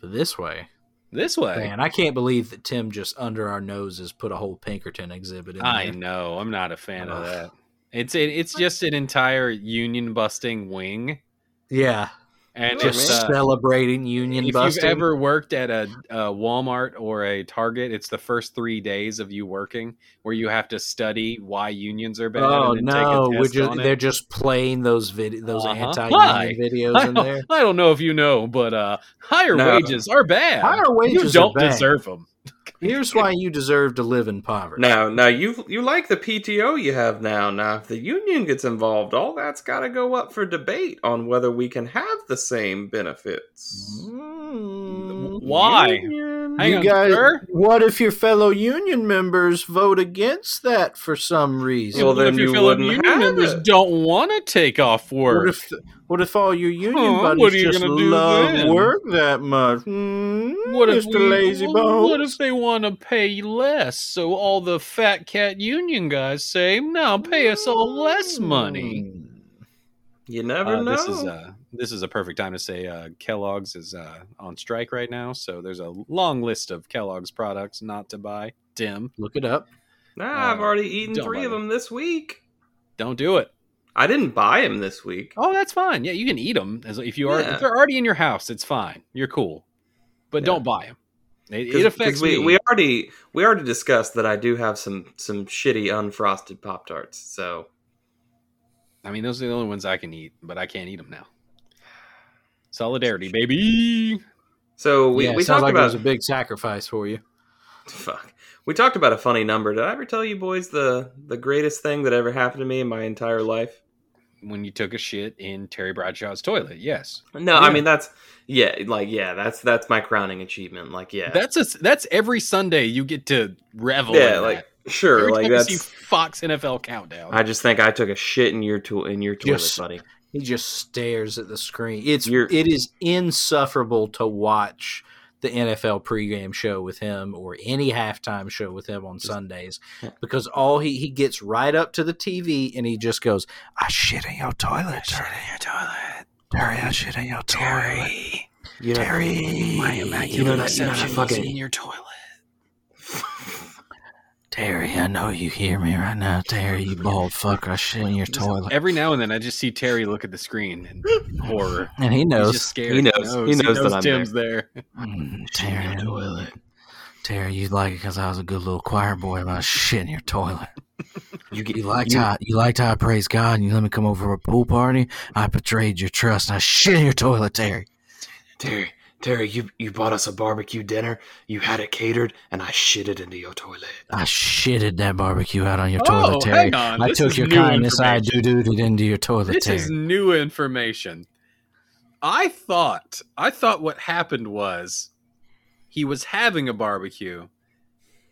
Speaker 4: But this way,
Speaker 2: This way,
Speaker 4: man, I can't believe that Tim just under our noses put a whole Pinkerton exhibit in
Speaker 2: I
Speaker 4: there.
Speaker 2: know I'm not a fan of
Speaker 4: Ugh.
Speaker 2: that. It's it, it's just an entire union busting wing,
Speaker 4: Yeah,
Speaker 2: and
Speaker 3: Yeah,
Speaker 2: it's,
Speaker 4: just
Speaker 2: uh,
Speaker 4: celebrating
Speaker 2: if
Speaker 4: union
Speaker 2: you've
Speaker 4: busting.
Speaker 2: ever worked at a, a Walmart or a Target, it's the first three days of you working where you have to study why unions are bad.
Speaker 4: oh
Speaker 2: and then take a
Speaker 4: no, we're
Speaker 2: test
Speaker 4: just,
Speaker 2: on it.
Speaker 4: they're just playing those video those
Speaker 2: Uh-huh. Why?
Speaker 4: anti union
Speaker 2: I
Speaker 4: videos in
Speaker 2: don't,
Speaker 4: there.
Speaker 2: I don't know if you know, but uh, higher
Speaker 3: No.
Speaker 2: wages are bad.
Speaker 4: Higher
Speaker 2: you
Speaker 4: wages are
Speaker 2: don't
Speaker 4: bad.
Speaker 2: deserve them.
Speaker 4: Here's why you deserve to live in poverty.
Speaker 3: Now, now you you like the PTO you have now. Now, if the union gets involved, all that's got to go up for debate on whether we can have the same benefits.
Speaker 4: Mm.
Speaker 2: Why?
Speaker 3: Union.
Speaker 2: Hang
Speaker 4: you
Speaker 2: on,
Speaker 4: guys,
Speaker 2: sir?
Speaker 4: what if your fellow union members vote against that for some reason?
Speaker 3: Well,
Speaker 2: What
Speaker 3: then
Speaker 2: if your
Speaker 3: you
Speaker 2: fellow
Speaker 3: wouldn't
Speaker 2: union
Speaker 3: have
Speaker 2: members
Speaker 3: it.
Speaker 2: don't want to take off
Speaker 4: what
Speaker 2: work.
Speaker 4: if what if all your union
Speaker 2: Huh,
Speaker 4: buddies
Speaker 2: what are you
Speaker 4: just
Speaker 2: gonna do
Speaker 4: love
Speaker 2: then?
Speaker 4: work that much? Hmm,
Speaker 2: What if
Speaker 4: Mr.
Speaker 2: we-
Speaker 4: Lazy
Speaker 2: What
Speaker 4: Bones?
Speaker 2: if they want to pay less? So all the fat cat union guys say, "No, pay us all less money."
Speaker 4: Hmm.
Speaker 3: You never
Speaker 2: Uh,
Speaker 3: know.
Speaker 2: This is uh, this is a perfect time to say uh, Kellogg's is uh, on strike right now, so there's a long list of Kellogg's products not to buy. Tim,
Speaker 4: Look it up.
Speaker 3: nah, I've
Speaker 2: uh,
Speaker 3: already eaten
Speaker 2: don't
Speaker 3: three of
Speaker 2: bother.
Speaker 3: them this week.
Speaker 2: don't do it.
Speaker 3: I didn't buy him this week.
Speaker 2: Oh, that's fine. Yeah, you can eat them as if you are
Speaker 3: Yeah.
Speaker 2: if they're already in your house. It's fine. You're cool, but
Speaker 3: Yeah.
Speaker 2: don't buy them. It, it
Speaker 3: 'Cause-
Speaker 2: affects
Speaker 3: 'cause we,
Speaker 2: me.
Speaker 3: we already we already discussed that I do have some some shitty unfrosted pop tarts. So
Speaker 2: I mean, those are the only ones I can eat, but I can't eat them now. Solidarity, baby.
Speaker 3: so we,
Speaker 4: yeah,
Speaker 3: we
Speaker 4: sounds
Speaker 3: talked
Speaker 4: like it was
Speaker 3: about
Speaker 4: a big sacrifice for you.
Speaker 3: fuck. We talked about a funny number. Did I ever tell you boys the the greatest thing that ever happened to me in my entire life?
Speaker 2: When you took a shit in Terry Bradshaw's toilet, yes,
Speaker 3: No,
Speaker 2: Yeah.
Speaker 3: I mean that's yeah, like yeah, that's that's my crowning achievement. Like yeah,
Speaker 2: that's a that's every Sunday you get to revel.
Speaker 3: yeah,
Speaker 2: in
Speaker 3: like
Speaker 2: that.
Speaker 3: sure,
Speaker 2: every
Speaker 3: like
Speaker 2: time you see
Speaker 3: that's.
Speaker 2: Fox NFL countdown.
Speaker 3: I just think I took a shit in your tool in your toilet,
Speaker 4: Yes.
Speaker 3: buddy.
Speaker 4: He just stares at the screen. It's
Speaker 3: You're-
Speaker 4: it is insufferable to watch the NFL pregame show with him or any halftime show with him on Sundays because all he he gets right up to the TV and he just goes, "I shit in your toilet, Terry. Terry, I shit in your toilet,
Speaker 3: You know,
Speaker 4: Terry.
Speaker 3: you know that you know that fucking
Speaker 2: your toilet.
Speaker 4: Terry, I know you hear me right now, Terry. You bald fuck, I shit in your toilet."
Speaker 2: Every now and then, I just see Terry look at the screen in horror.
Speaker 4: And he
Speaker 2: He's
Speaker 4: knows
Speaker 2: just scared.
Speaker 3: He knows. He knows that I'm
Speaker 2: Tim's there.
Speaker 4: Mm, Terry, toilet. Terry, you like it because I was a good little choir boy and I was shit in your toilet. You, you liked how you liked how I praised God and you let me come over for a pool party. I betrayed your trust and I shit in your toilet, Terry.
Speaker 3: Terry, Terry, you you bought us a barbecue dinner. You had it catered, and I shitted into your toilet.
Speaker 4: I shitted that barbecue out on your
Speaker 2: oh,
Speaker 4: toilet, Terry.
Speaker 2: hang on.
Speaker 4: I
Speaker 2: This
Speaker 4: took
Speaker 2: is
Speaker 4: your
Speaker 2: new
Speaker 4: kindness, I
Speaker 2: information.
Speaker 4: doo dooed it into your toilet,
Speaker 2: This
Speaker 4: Terry.
Speaker 2: is new information. I thought, I thought what happened was he was having a barbecue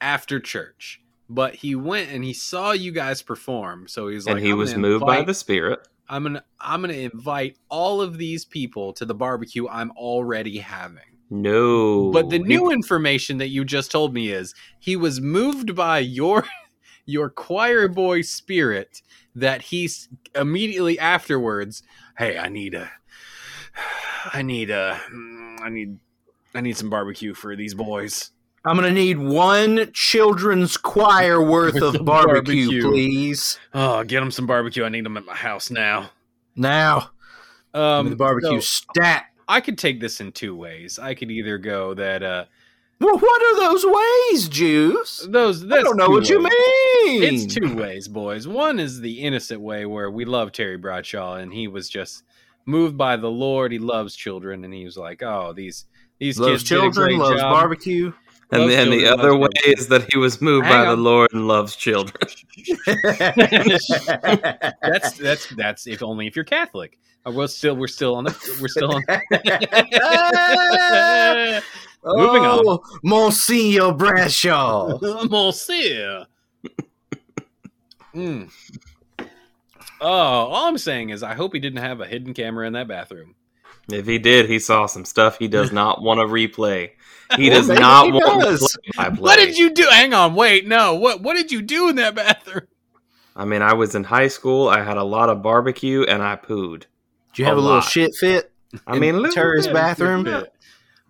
Speaker 2: after church, but he went and he saw you guys perform. So he's like,
Speaker 3: and he
Speaker 2: "I'm
Speaker 3: was
Speaker 2: gonna
Speaker 3: moved by
Speaker 2: invite-
Speaker 3: the spirit.
Speaker 2: I'm gonna, I'm gonna invite all of these people to the barbecue I'm already having.
Speaker 3: No,
Speaker 2: But the
Speaker 3: He-
Speaker 2: new information that you just told me is he was moved by your your choir boy spirit that he s- immediately afterwards, hey, I need a I need a mm, I need I need some barbecue for these boys.
Speaker 4: I'm gonna need one children's choir worth
Speaker 2: Barbecue.
Speaker 4: of barbecue, please.
Speaker 2: Oh, get them some barbecue. I need them at my house now.
Speaker 4: Now, give
Speaker 2: Um
Speaker 4: me the barbecue
Speaker 2: so
Speaker 4: stat.
Speaker 2: I could take this in two ways. I could either go that uh
Speaker 4: Well, what are those ways, Juice?
Speaker 2: those
Speaker 4: I
Speaker 2: that's
Speaker 4: don't know
Speaker 2: two
Speaker 4: what you
Speaker 2: ways.
Speaker 4: mean.
Speaker 2: It's two ways, boys. One is the innocent way where we love Terry Bradshaw and he was just moved by the Lord. He loves children and he was like, "Oh, these these
Speaker 4: Loves
Speaker 2: kids did a
Speaker 4: children,
Speaker 2: great
Speaker 4: loves
Speaker 2: job."
Speaker 4: barbecue.
Speaker 3: and
Speaker 2: loves
Speaker 3: then the
Speaker 2: children,
Speaker 3: other way
Speaker 2: loves
Speaker 3: is that he was moved
Speaker 2: Hang
Speaker 3: by the
Speaker 2: on.
Speaker 3: Lord and loves children.
Speaker 2: That's that's that's if only if you're Catholic. Uh, We're still we're still on the we're still on. Moving on.
Speaker 4: Oh, Monsignor Bradshaw.
Speaker 2: Monsieur. Mm. Oh, all I'm saying is I hope he didn't have a hidden camera in that bathroom.
Speaker 3: if he did, he saw some stuff he does not want to replay. He
Speaker 4: Well,
Speaker 3: does
Speaker 4: maybe
Speaker 3: not
Speaker 4: he
Speaker 3: want
Speaker 4: does.
Speaker 3: to play.
Speaker 2: What did you do? Hang on, wait, no. What what did you do in that bathroom?
Speaker 3: I mean, I was in high school. I had a lot of barbecue, and I pooed.
Speaker 4: Do you have
Speaker 3: A
Speaker 4: a, little
Speaker 3: lot.
Speaker 4: shit fit?
Speaker 3: I
Speaker 4: In
Speaker 3: mean, look
Speaker 4: Terry's
Speaker 3: at that.
Speaker 4: bathroom?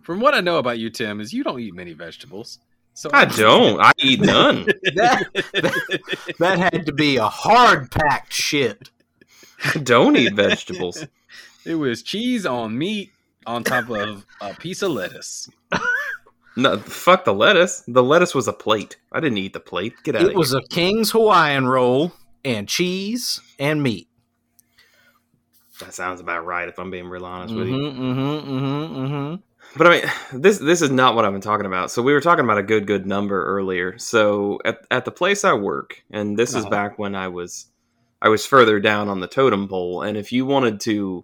Speaker 2: From what I know about you, Tim, is you don't eat many vegetables. So
Speaker 3: I don't. I eat none.
Speaker 4: That, that had to be a hard packed shit.
Speaker 3: I don't eat vegetables.
Speaker 2: it was cheese on meat on top of a piece of lettuce.
Speaker 3: No, fuck the lettuce. The lettuce was a plate. I didn't eat the plate. Get out of
Speaker 4: It
Speaker 3: here.
Speaker 4: was a King's Hawaiian roll and cheese and meat.
Speaker 3: that sounds about right. If I'm being real honest with you.
Speaker 4: Mm-hmm, hmm hmm
Speaker 3: But I mean, this this is not what I've been talking about. So we were talking about a good good number earlier. So at at the place I work, and this is
Speaker 2: Uh-huh.
Speaker 3: back when I was I was further down on the totem pole. And if you wanted to,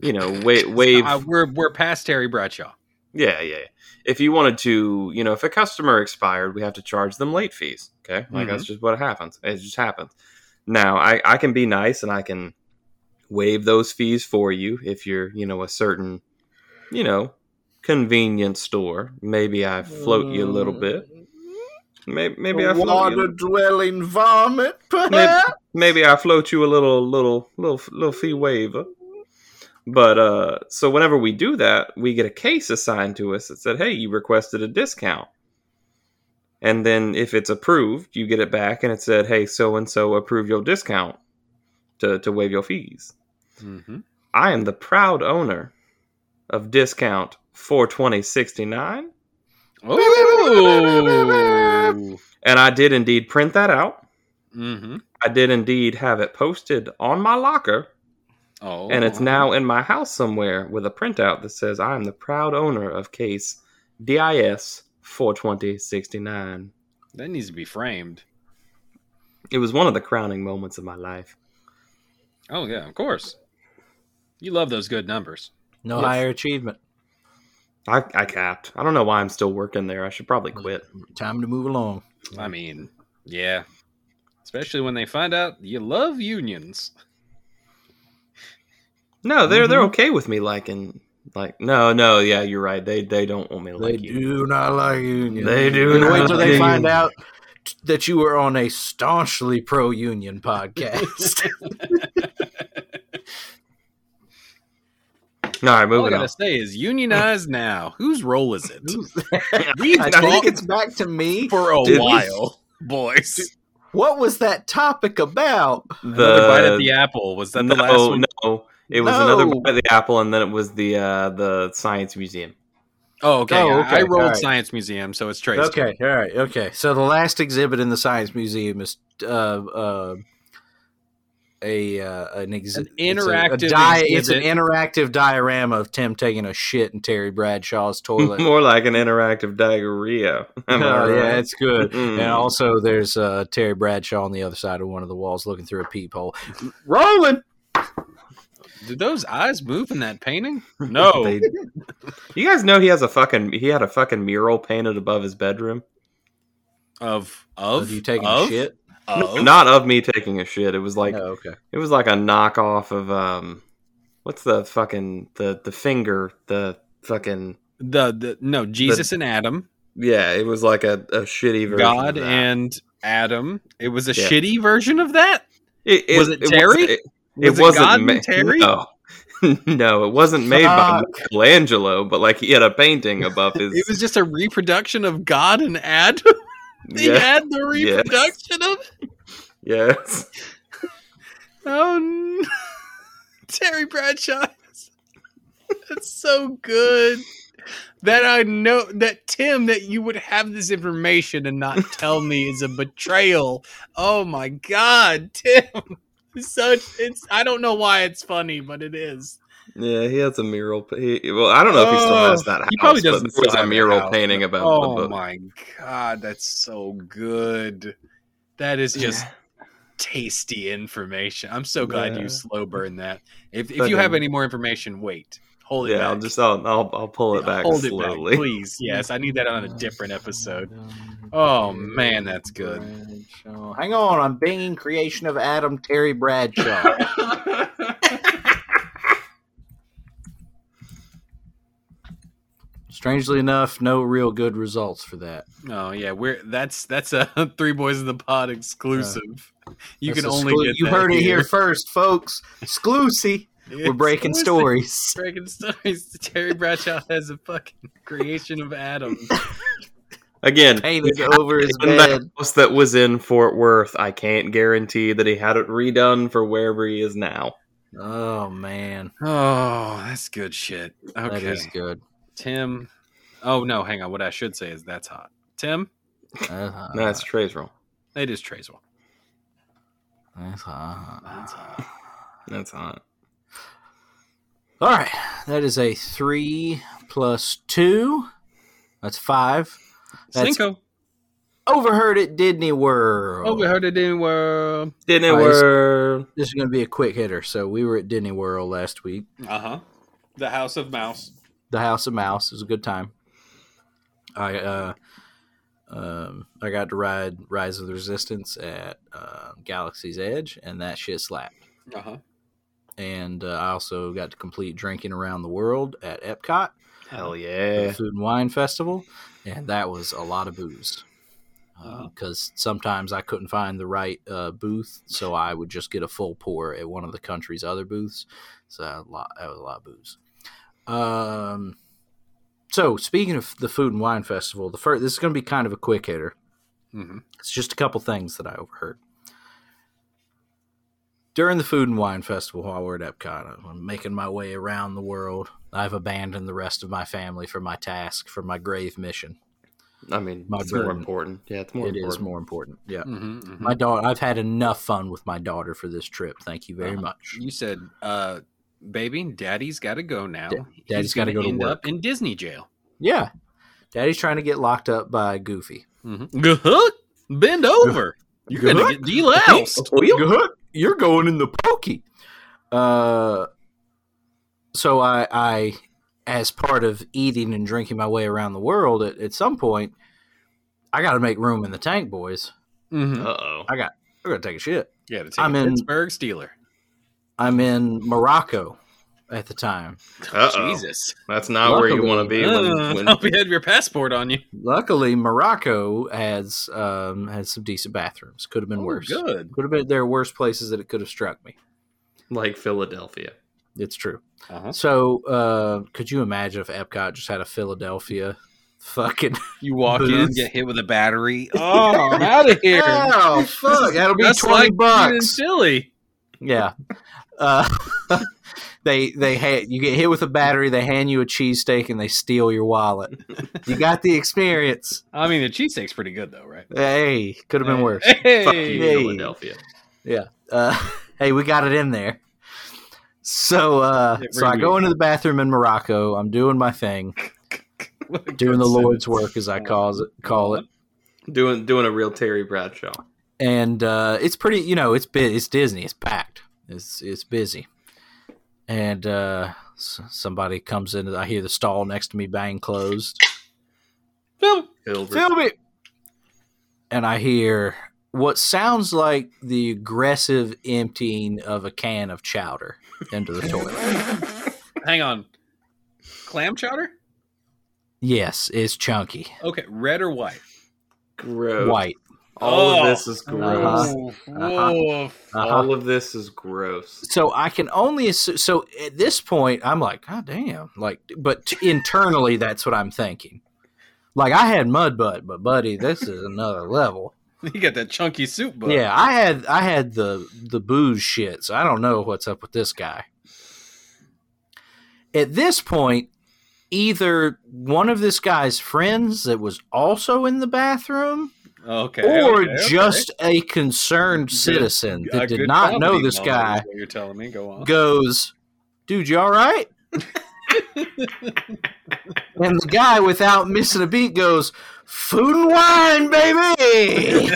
Speaker 3: you know, wa- wave,
Speaker 2: I- we're we're past Terry Bradshaw.
Speaker 3: yeah, yeah, yeah. If you wanted to, you know, if a customer expired, we have to charge them late fees. Okay, like that's just what happens. It just happens. Now I I can be nice and I can waive those fees for you if you're you know a certain you know convenience store. Maybe I float you a
Speaker 4: Mm.
Speaker 3: little bit. Maybe, maybe I float you.
Speaker 4: dwelling vomit,
Speaker 3: Maybe I float you a little little little little fee waiver. But uh, so whenever we do that, we get a case assigned to us that said, "Hey, you requested a discount." And then if it's approved, you get it back, and it said, "Hey, so and so approved your discount." to, to waive your fees.
Speaker 2: Mm-hmm.
Speaker 3: I am the proud owner of discount 42069
Speaker 2: Oh.
Speaker 3: and I did indeed print that out.
Speaker 2: Mm-hmm.
Speaker 3: I did indeed have it posted on my locker
Speaker 2: Oh.
Speaker 3: and it's now in my house somewhere with a printout that says I am the proud owner of case DIS 42069.
Speaker 2: that needs to be framed.
Speaker 3: It was one of the crowning moments of my life.
Speaker 2: Oh yeah, of course. You love those good numbers.
Speaker 4: No
Speaker 3: Yes.
Speaker 4: higher achievement.
Speaker 3: I, I capped. I don't know why I'm still working there. I should probably quit.
Speaker 4: Time to move along.
Speaker 2: I mean, yeah. Especially when they find out you love unions.
Speaker 3: No, they're they're
Speaker 2: Mm-hmm.
Speaker 4: Mhm.
Speaker 3: okay with me liking like no no yeah you're right they they don't want me to
Speaker 4: They
Speaker 3: like you.
Speaker 4: do not like unions.
Speaker 3: They do
Speaker 4: They
Speaker 3: not
Speaker 4: wait till
Speaker 3: like
Speaker 4: they find
Speaker 3: unions.
Speaker 4: out t- that you were on a staunchly pro union podcast.
Speaker 3: All right,
Speaker 2: All Oh, I
Speaker 3: moving
Speaker 2: gotta
Speaker 3: on.
Speaker 2: say is unionize now. Whose role is it?
Speaker 4: I think
Speaker 2: talked-
Speaker 4: it's back to me.
Speaker 2: For a
Speaker 3: Did we-
Speaker 2: while, boys.
Speaker 4: What was that topic about?
Speaker 2: Another bite
Speaker 3: The,
Speaker 2: at the apple. Was that the
Speaker 3: no,
Speaker 2: last one?
Speaker 3: no, it was
Speaker 4: No.
Speaker 3: another bite of the apple, and then it was the uh, the science museum.
Speaker 2: Oh, okay.
Speaker 4: Oh,
Speaker 2: yeah.
Speaker 4: okay.
Speaker 2: I rolled
Speaker 4: All right.
Speaker 2: Science Museum, so it's traced.
Speaker 4: Okay, all right, okay. So the last exhibit in the science museum is uh, uh, a uh, an, exhi-
Speaker 2: An
Speaker 4: it's a-
Speaker 2: interactive
Speaker 4: a dia- It's an
Speaker 2: exhibit.
Speaker 4: interactive diorama of Tim taking a shit in Terry Bradshaw's toilet.
Speaker 3: More like an interactive diarrhea. Am I
Speaker 4: Oh, yeah,
Speaker 3: right?
Speaker 4: it's good.
Speaker 3: Mm.
Speaker 4: And also, there's uh, Terry Bradshaw on the other side of one of the walls, looking through a peephole. Rolling.
Speaker 2: Did those eyes move in that painting? No.
Speaker 3: They- you guys know he has a fucking he had a fucking mural painted above his bedroom.
Speaker 2: of
Speaker 4: Are
Speaker 2: of
Speaker 4: you taking
Speaker 2: of,
Speaker 4: a shit?
Speaker 3: Oh.
Speaker 2: Of,
Speaker 3: Not of me taking a shit. It was like
Speaker 4: oh, okay.
Speaker 3: it was like a knockoff of um, what's the fucking the the finger the fucking
Speaker 2: the, the no Jesus and Adam,
Speaker 3: yeah. It was like a, a shitty version.
Speaker 2: God
Speaker 3: of that.
Speaker 2: and Adam. It was a
Speaker 3: Yeah.
Speaker 2: shitty version of that.
Speaker 3: It,
Speaker 2: Was it Terry?
Speaker 3: It, it wasn't
Speaker 2: God
Speaker 3: ma-
Speaker 2: and Terry.
Speaker 3: No. no, it wasn't made by
Speaker 4: Fuck.
Speaker 3: Michelangelo, but like he had a painting above his.
Speaker 2: It was just a reproduction of God and Adam. they
Speaker 3: yeah,
Speaker 2: had the
Speaker 3: Yes.
Speaker 2: reproduction of it.
Speaker 3: yes.
Speaker 2: Oh, no. Terry Bradshaw. That's so good. That I know that Tim, that you would have this information and not tell me is a betrayal. Oh my God, Tim. Such it's I don't know why it's funny, but it is.
Speaker 3: Yeah, he has a mural. pa- He, well, I don't know if he still
Speaker 2: Oh,
Speaker 3: has that house.
Speaker 2: he probably
Speaker 3: but
Speaker 2: doesn't
Speaker 3: There was
Speaker 2: still
Speaker 3: a
Speaker 2: have that
Speaker 3: mural
Speaker 2: house,
Speaker 3: painting about
Speaker 2: Oh
Speaker 3: the book.
Speaker 2: my God, that's so good. That is just tasty information. I'm so glad
Speaker 3: Yeah.
Speaker 2: you slow burn that. If, if
Speaker 3: Fucking-
Speaker 2: you have any more information, wait. Hold it
Speaker 3: yeah,
Speaker 2: back.
Speaker 3: I'll just I'll, I'll I'll pull it
Speaker 2: Yeah,
Speaker 3: back
Speaker 2: hold
Speaker 3: slowly.
Speaker 2: it back, please. Yes, I need that on a different episode. Oh man, that's good.
Speaker 4: Bradshaw. Hang on, I'm binging creation of Adam Terry Bradshaw. Strangely enough, no real good results for that.
Speaker 2: Oh yeah, we're that's that's a three boys in the pod exclusive. you
Speaker 4: That's
Speaker 2: can
Speaker 4: a
Speaker 2: only
Speaker 4: sclu-
Speaker 2: get
Speaker 4: you
Speaker 2: that
Speaker 4: heard it here first, folks. Exclusive. We're breaking
Speaker 2: Exclusive.
Speaker 4: stories.
Speaker 2: Breaking stories. Terry Bradshaw has a fucking creation of Adam.
Speaker 3: Again,
Speaker 4: Painted over his
Speaker 3: in
Speaker 4: bed.
Speaker 3: the house that was in Fort Worth, I can't guarantee that he had it redone for wherever he is now.
Speaker 4: Oh man,
Speaker 2: Oh, that's good shit.
Speaker 4: that
Speaker 2: Okay,
Speaker 4: is good.
Speaker 2: Tim. Oh no, hang on. What I should say is that's hot. Tim,
Speaker 4: Uh-huh.
Speaker 2: Uh,
Speaker 3: No, that's Trey's roll.
Speaker 2: it is Trazel.
Speaker 4: uh, That's uh. hot.
Speaker 2: That's hot.
Speaker 3: That's hot.
Speaker 4: All right, that is a three plus two. That's five. That's-
Speaker 2: Cinco.
Speaker 4: Overheard at Disney World.
Speaker 2: Overheard it in world.
Speaker 3: Didn't it
Speaker 4: Nice.
Speaker 3: work?
Speaker 4: This is going to be a quick hitter. So we were at Disney World last week.
Speaker 2: Uh huh. The House of Mouse.
Speaker 4: The House of Mouse. It was a good time. I uh, um, I got to ride Rise of the Resistance at uh, Galaxy's Edge, and that shit slapped.
Speaker 2: Uh huh.
Speaker 4: And uh, I also got to complete drinking around the world at Epcot. Uh,
Speaker 3: Hell
Speaker 4: for
Speaker 3: yeah.
Speaker 4: the food and wine festival, and that was a lot of booze.
Speaker 3: Mm-hmm.
Speaker 2: Wow.
Speaker 4: Because sometimes I couldn't find the right uh, booth, so I would just get a full pour at one of the country's other booths. So a lot, that was a lot of booze. Um, so speaking of the food and wine festival, the first this is going to be kind of a quick hitter.
Speaker 2: Mm-hmm.
Speaker 4: It's just a couple things that I overheard. during the Food and Wine Festival while we're at Epcot, I'm making my way around the world. I've abandoned the rest of my family for my task, for my grave mission.
Speaker 3: I mean,
Speaker 4: My
Speaker 3: it's more
Speaker 4: burden.
Speaker 3: important. Yeah, it's
Speaker 4: It is
Speaker 3: more important. Mm-hmm.
Speaker 4: more important. Yeah.
Speaker 2: Mhm, mhm.
Speaker 4: My daughter, I've had enough fun with my daughter for this trip. Thank you
Speaker 3: Uh-huh.
Speaker 4: very much.
Speaker 2: You said, uh, "Baby, Daddy's got to go now.
Speaker 4: Da-
Speaker 2: He's
Speaker 4: Daddy's gotta
Speaker 2: gonna
Speaker 4: go to
Speaker 2: end
Speaker 4: work."
Speaker 2: up in Disney jail."
Speaker 4: Yeah. Daddy's trying to get looked up by Goofy.
Speaker 2: Mm-hmm.
Speaker 1: Guhuck, Bend over. You're going to get deloused.
Speaker 4: You're going in the pokey. Uh, so I, I, as part of eating and drinking my way around the world, at, at some point, I got to make room in the tank, boys.
Speaker 2: Mm-hmm.
Speaker 3: Uh oh.
Speaker 4: I got to take a shit.
Speaker 2: Yeah, to take
Speaker 4: I'm
Speaker 2: a
Speaker 4: in-
Speaker 2: Pittsburgh Steeler.
Speaker 4: I'm in Morocco at the time.
Speaker 3: Uh-oh.
Speaker 2: Jesus,
Speaker 3: That's not where you
Speaker 4: Luckily,
Speaker 3: want to be
Speaker 2: Uh,
Speaker 3: when, when
Speaker 2: hope you had your passport on you.
Speaker 4: Luckily, Morocco has um, has some decent bathrooms. Could have been
Speaker 2: Oh,
Speaker 4: worse.
Speaker 2: Good.
Speaker 4: Could have been there are worse places that it could have struck me.
Speaker 3: like Philadelphia.
Speaker 4: It's true.
Speaker 2: Uh-huh.
Speaker 4: So, uh, could you imagine if Epcot just had a Philadelphia fucking?
Speaker 2: You walk in,
Speaker 4: Booze.
Speaker 2: get hit with a battery. Oh, I'm out of here.
Speaker 4: Oh fuck! That'll be
Speaker 2: That's
Speaker 4: twenty
Speaker 2: like eating
Speaker 4: bucks.
Speaker 2: chili.
Speaker 4: Yeah. Uh, they they ha- you get hit with a battery. They hand you a cheesesteak and they steal your wallet. You got the experience.
Speaker 2: I mean, the cheesesteak's pretty good though, right?
Speaker 4: Hey, could have been worse.
Speaker 2: Hey.
Speaker 3: Fuck you,
Speaker 4: Hey.
Speaker 3: Philadelphia.
Speaker 4: Uh, hey, we got it in there. So uh,
Speaker 2: Yeah,
Speaker 4: so I
Speaker 2: bring
Speaker 4: go
Speaker 2: me-
Speaker 4: into the bathroom in Morocco. I'm doing my thing,
Speaker 2: What a
Speaker 4: doing
Speaker 2: good
Speaker 4: the Lord's
Speaker 2: sentence.
Speaker 4: work as I calls it, call it.
Speaker 3: Doing doing a real Terry Bradshaw.
Speaker 4: and uh, it's pretty. You know, it's bu- it's Disney. It's packed. It's it's busy. And uh, s- somebody comes in. I hear the stall next to me bang closed.
Speaker 2: Film.
Speaker 3: Hilbert.
Speaker 4: Film it. And I hear what sounds like the aggressive emptying of a can of chowder into the toilet.
Speaker 2: Hang on. Clam chowder?
Speaker 4: Yes, it's chunky,
Speaker 2: Okay, red or white?
Speaker 3: Gross.
Speaker 4: white.
Speaker 3: All
Speaker 2: Oh.
Speaker 3: of this is gross.
Speaker 4: Uh-huh. Uh-huh.
Speaker 2: Woof.
Speaker 4: Uh-huh.
Speaker 3: All of this is gross.
Speaker 4: so I can only assu- so at this point I'm like, God damn! Like, but t- internally that's what I'm thinking. Like I had mud butt, but buddy, this is another level.
Speaker 2: You got that chunky soup, bud.
Speaker 4: Yeah, I had I had the the booze shit, so I don't know what's up with this guy. At this point, either one of this guy's friends that was also in the bathroom,
Speaker 2: Okay.
Speaker 4: or
Speaker 2: okay, okay.
Speaker 4: just a concerned citizen
Speaker 2: A
Speaker 4: that did
Speaker 2: good
Speaker 4: not know
Speaker 2: comedy
Speaker 4: this
Speaker 2: moment is
Speaker 4: guy
Speaker 2: What you're telling me? Go on.
Speaker 4: goes, "Dude, you all right?" and the guy, without missing a beat, goes, "Food and wine, baby."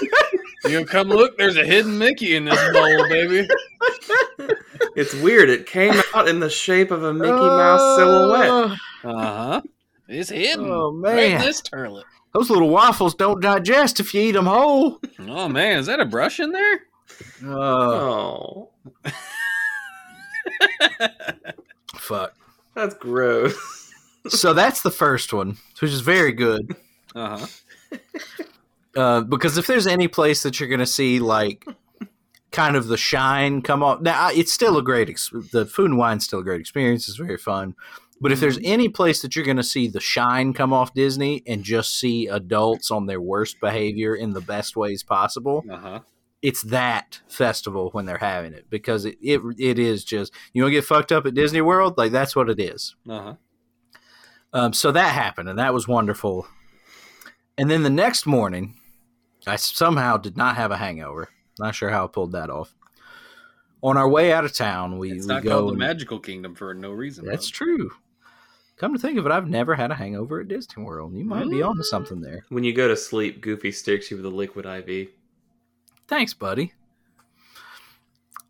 Speaker 2: you gonna come look? There's a hidden Mickey in this bowl, baby.
Speaker 3: It's weird. It came out in the shape of a Mickey Mouse silhouette.
Speaker 2: Uh huh. It's hidden.
Speaker 4: Oh
Speaker 2: Right in
Speaker 4: man,
Speaker 2: this turlet.
Speaker 4: those little waffles don't digest if you eat them whole.
Speaker 2: Oh man, is that a brush in there?
Speaker 4: Oh
Speaker 3: Oh,
Speaker 4: fuck!
Speaker 3: that's gross.
Speaker 4: So that's the first one, which is very good.
Speaker 2: Uh huh.
Speaker 4: Uh, because if there's any place that you're going to see like kind of the shine come off now I- it's still a great ex- the food and wine's still a great experience it's very fun but if there's any place that you're going to see the shine come off disney and just see adults on their worst behavior in the best ways possible
Speaker 2: Uh huh.
Speaker 4: it's that festival when they're having it because it it, it is just you want to get fucked up at disney world like that's what it is
Speaker 2: Uh huh.
Speaker 4: um, so that happened, and that was wonderful. And then the next morning, I somehow did not have a hangover. Not sure how I pulled that off. On our way out of town, we,
Speaker 2: It's
Speaker 4: we
Speaker 2: not
Speaker 4: go.
Speaker 2: called the
Speaker 4: and-
Speaker 2: Magical Kingdom for no reason.
Speaker 4: that's
Speaker 2: bud.
Speaker 4: true. Come to think of it, I've never had a hangover at Disney World. You might be
Speaker 2: Mm.
Speaker 4: onto something there.
Speaker 3: When you go to sleep, Goofy sticks you with a liquid IV.
Speaker 4: Thanks, buddy.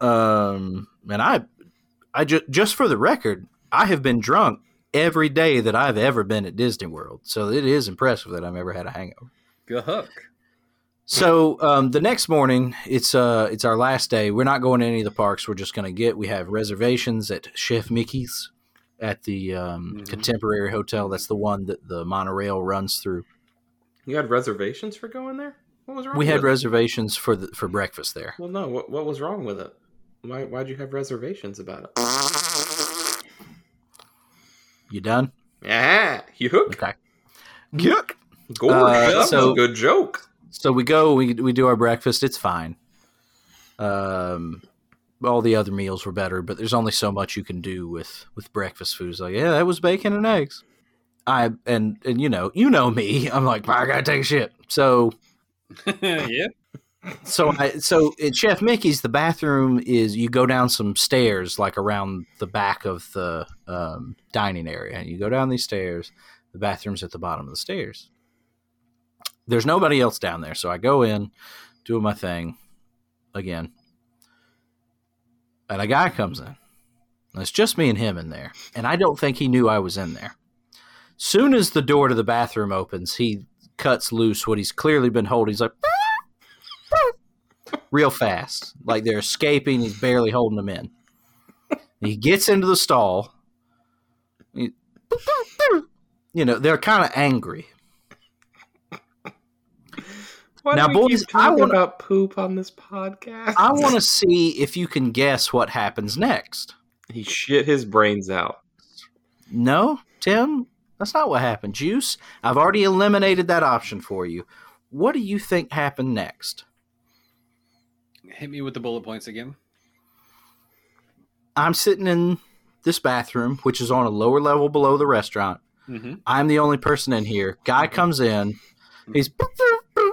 Speaker 4: Um, and I, I ju- just for the record, I have been drunk every day that I've ever been at Disney World. So it is impressive that I've ever had a hangover.
Speaker 2: Good hook.
Speaker 4: So um, the next morning, it's uh, it's our last day. We're not going to any of the parks. We're just going to get. We have reservations at Chef Mickey's at the um,
Speaker 2: Mhm.
Speaker 4: Contemporary Hotel. That's the one that the monorail runs through.
Speaker 3: You had reservations for going there? What was wrong?
Speaker 4: We had
Speaker 3: with it?
Speaker 4: reservations for the, for breakfast there.
Speaker 3: Well, no. What, what was wrong with it? Why why'd you have reservations about it?
Speaker 4: You done?
Speaker 3: Yeah, you hook.
Speaker 4: Okay. Yuck.
Speaker 3: Gorge,
Speaker 4: Uh,
Speaker 3: that was
Speaker 4: so-
Speaker 3: a good joke.
Speaker 4: So we go, we we do our breakfast. It's fine. Um, all the other meals were better, but there's only so much you can do with with breakfast foods. Like, yeah, that was bacon and eggs. I and and you know, you know me. I'm like, I gotta take a shit. So
Speaker 2: yeah.
Speaker 4: so I so at Chef Mickey's, the bathroom is you go down some stairs like around the back of the um, dining area, and you go down these stairs. The bathroom's at the bottom of the stairs. There's nobody else down there, so I go in, doing my thing again, and a guy comes in. And it's just me and him in there, and I don't think he knew I was in there. Soon as the door to the bathroom opens, he cuts loose what he's clearly been holding. He's like real fast. Like they're escaping. He's barely holding them in. He gets into the stall. He- you know, they're kind of angry.
Speaker 3: Why
Speaker 4: Now,
Speaker 3: do we keep
Speaker 4: boys, I
Speaker 3: talking
Speaker 4: wanna-
Speaker 3: about poop on this podcast.
Speaker 4: I want to see if you can guess what happens next.
Speaker 3: He shit his brains out.
Speaker 4: No, Tim, that's not what happened. Juice, I've already eliminated that option for you. What do you think happened next?
Speaker 2: Hit me with the bullet points again.
Speaker 4: I'm sitting in this bathroom, which is on a lower level below the restaurant.
Speaker 2: Mm-hmm.
Speaker 4: I'm the only person in here. Guy comes in. He's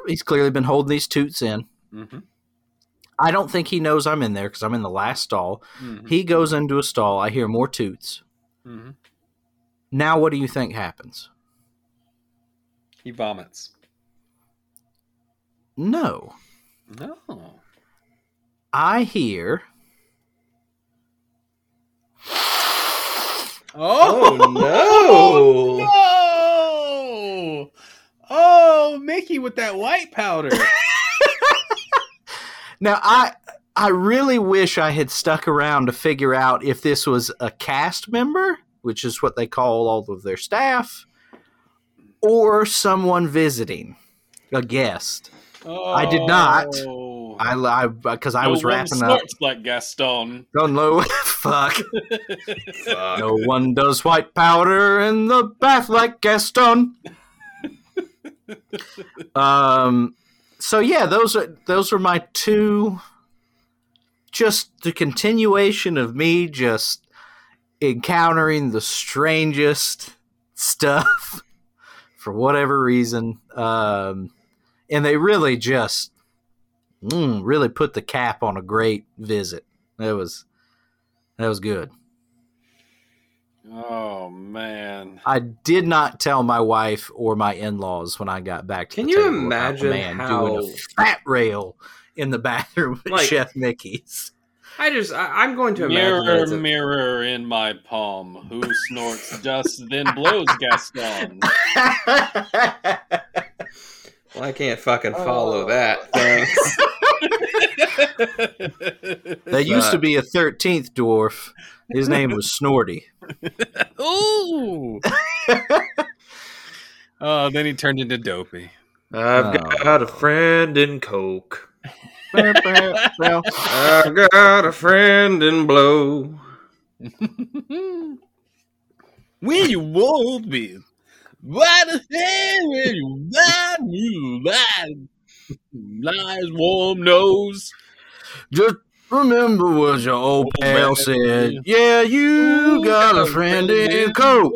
Speaker 4: he's clearly been holding these toots in.
Speaker 2: Mm-hmm.
Speaker 4: I don't think he knows I'm in there because I'm in the last stall.
Speaker 2: Mm-hmm.
Speaker 4: He goes into a stall. I hear more toots.
Speaker 2: Mm-hmm.
Speaker 4: Now, what do you think happens?
Speaker 2: He vomits.
Speaker 4: No,
Speaker 2: No.
Speaker 4: Oh, I hear.
Speaker 1: Oh,
Speaker 2: Oh,
Speaker 3: no!
Speaker 1: no! Oh, Mickey with that white powder.
Speaker 4: Now, I I really wish I had stuck around to figure out if this was a cast member, which is what they call all of their staff, or someone visiting, a guest. I did not.
Speaker 2: Oh.
Speaker 4: I I because I
Speaker 2: No
Speaker 4: was
Speaker 2: one
Speaker 4: wrapping up.
Speaker 2: snorts like Gaston.
Speaker 4: Don't know. Fuck.
Speaker 3: Fuck.
Speaker 4: No one does white powder in the bath like Gaston. um, so yeah, those are those are my two. Just the continuation of me just encountering the strangest stuff for whatever reason, um, and they really just mm, really put the cap on a great visit. That was that was good.
Speaker 2: Oh man.
Speaker 4: I did not tell my wife or my in laws when I got back. To
Speaker 3: Can
Speaker 4: the
Speaker 3: you
Speaker 4: table about
Speaker 3: imagine
Speaker 4: the man
Speaker 3: how-
Speaker 4: doing a fat rail in the bathroom at
Speaker 3: Like-
Speaker 4: Chef Mickey's?
Speaker 3: I just, I, I'm going to imagine that
Speaker 2: Mirror,
Speaker 3: it's a-
Speaker 2: mirror in my palm, who snorts dust then blows Gaston?
Speaker 3: Well, I can't fucking
Speaker 1: Oh.
Speaker 3: follow that. Thanks.
Speaker 4: there used to be a thirteenth dwarf. His name was Snorty.
Speaker 1: Ooh.
Speaker 2: Oh, then he turned into Dopey.
Speaker 3: I've
Speaker 4: Oh.
Speaker 3: got a friend in Coke.
Speaker 4: well,
Speaker 3: I've got a friend in Blow.
Speaker 1: Where you would be? Why the hell will you lie? You lie. Lies, warm nose.
Speaker 4: just remember what your old
Speaker 3: Oh,
Speaker 4: pal said. Yeah, you got a friend in Coke.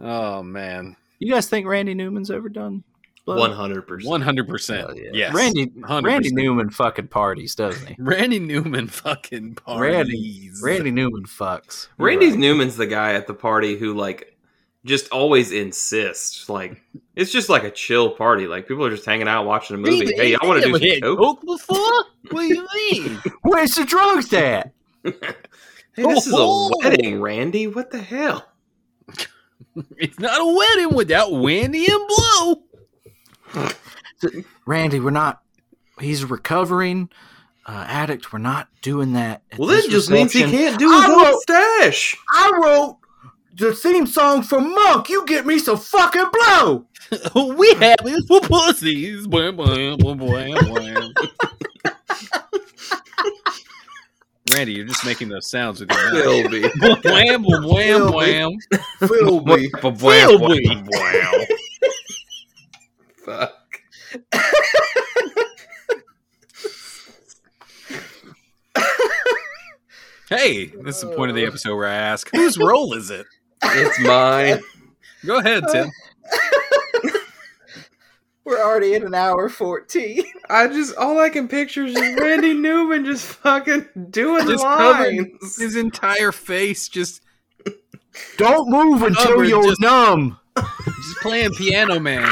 Speaker 2: Oh man,
Speaker 4: You guys think Randy Newman's ever done? blood?
Speaker 3: One hundred percent.
Speaker 2: one hundred percent.
Speaker 4: Hell yeah.
Speaker 2: Yes,
Speaker 4: Randy
Speaker 2: 100%.
Speaker 4: Randy Newman fucking parties, doesn't he?
Speaker 2: Randy Newman, fucking
Speaker 4: Randy-
Speaker 2: parties.
Speaker 4: Randy Newman fucks. You're
Speaker 3: Randy's
Speaker 4: right.
Speaker 3: Newman's the guy at the party who like just always insists. Like it's just like a chill party. Like people are just hanging out watching a movie.
Speaker 1: Really?
Speaker 3: Hey, I want to do
Speaker 1: Never
Speaker 3: some
Speaker 1: had
Speaker 3: coke.
Speaker 1: Coke before? What do you mean?
Speaker 4: Where's the drugs at?
Speaker 3: Hey, this is a
Speaker 1: Oh.
Speaker 3: wedding, Randy. What the hell?
Speaker 1: it's not a wedding without Wendy and Blue.
Speaker 4: Randy, we're not. He's a recovering uh, addict. We're not doing that. at
Speaker 3: Well, that
Speaker 4: this
Speaker 3: just means he
Speaker 4: reception.
Speaker 3: can't do
Speaker 4: I
Speaker 3: his own
Speaker 4: wrote-
Speaker 3: stash.
Speaker 4: I wrote the theme song for Monk. You get me some fucking blow.
Speaker 1: we happy for pussies. Blam, blam, blam, blam, blam.
Speaker 2: Randy, you're just making those sounds with your mouth.
Speaker 5: Philby.
Speaker 1: wham, wham, wham, wham.
Speaker 5: Philby.
Speaker 1: Philby.
Speaker 2: Wow.
Speaker 5: Fuck.
Speaker 2: Hey, this is the point of
Speaker 1: Uh.
Speaker 2: the episode where I ask, whose role is it?
Speaker 5: It's mine.
Speaker 2: Go ahead,
Speaker 1: Uh,
Speaker 2: Tim.
Speaker 6: We're already at an hour 14.
Speaker 3: I just all I can picture is just Randy Newman just fucking doing
Speaker 2: Just covered-
Speaker 3: lines.
Speaker 2: His entire face just
Speaker 4: Don't move until
Speaker 2: Covered
Speaker 4: you're
Speaker 2: just-
Speaker 4: numb.
Speaker 2: just playing piano man.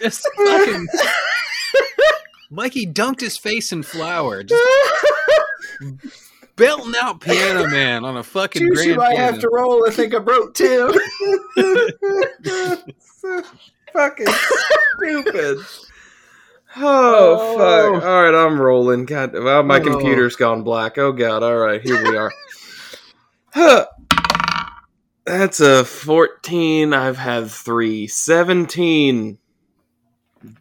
Speaker 2: just fucking Mikey dunked his face in flour, just belting out piano man on a fucking
Speaker 6: Juice,
Speaker 2: grand
Speaker 6: you might have
Speaker 2: piano.
Speaker 6: to roll. I think I broke Tim.
Speaker 3: so fucking stupid. Oh, fuck! All right, I'm rolling. God, well, my
Speaker 4: Oh.
Speaker 3: computer's gone black. Oh god! All right, here we are. Huh. That's a 14. I've had three. 17.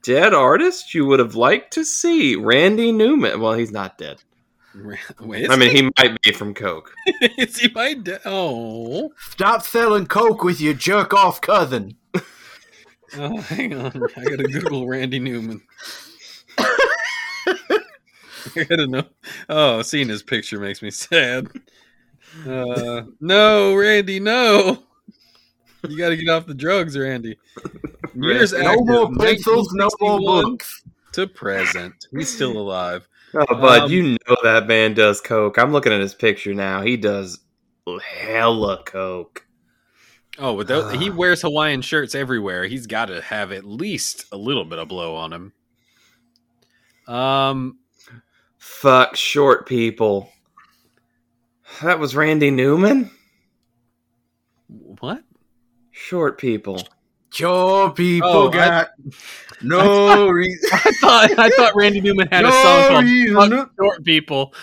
Speaker 3: Dead artist you would have liked to see. Randy Newman. Well, he's not dead.
Speaker 2: Wait, is
Speaker 3: I mean, he might be from Coke.
Speaker 2: he, is he my dad? Oh,
Speaker 4: Stop selling coke with your jerk off cousin.
Speaker 2: oh, hang on. I gotta Google Randy Newman. I gotta know. Oh, seeing his picture makes me sad. Uh, no, Randy, no. You gotta get off the drugs, Randy. Years
Speaker 4: No
Speaker 2: active,
Speaker 4: more pencils, no more
Speaker 2: 1961
Speaker 4: books.
Speaker 2: To present, he's still alive.
Speaker 3: Oh, bud,
Speaker 2: Um,
Speaker 3: you know that man does coke. I'm looking at his picture now. He does hella coke.
Speaker 2: Oh, but
Speaker 4: Ah.
Speaker 2: tho- he wears Hawaiian shirts everywhere. He's got to have at least a little bit of blow on him. Um,
Speaker 3: Fuck short people. That was Randy Newman.
Speaker 2: what?
Speaker 3: Short people.
Speaker 4: Your people
Speaker 2: Oh, I-
Speaker 4: got no reason.
Speaker 2: I thought I thought Randy Newman had a song
Speaker 4: No
Speaker 2: called
Speaker 4: reason.
Speaker 2: "Fuck "Short People."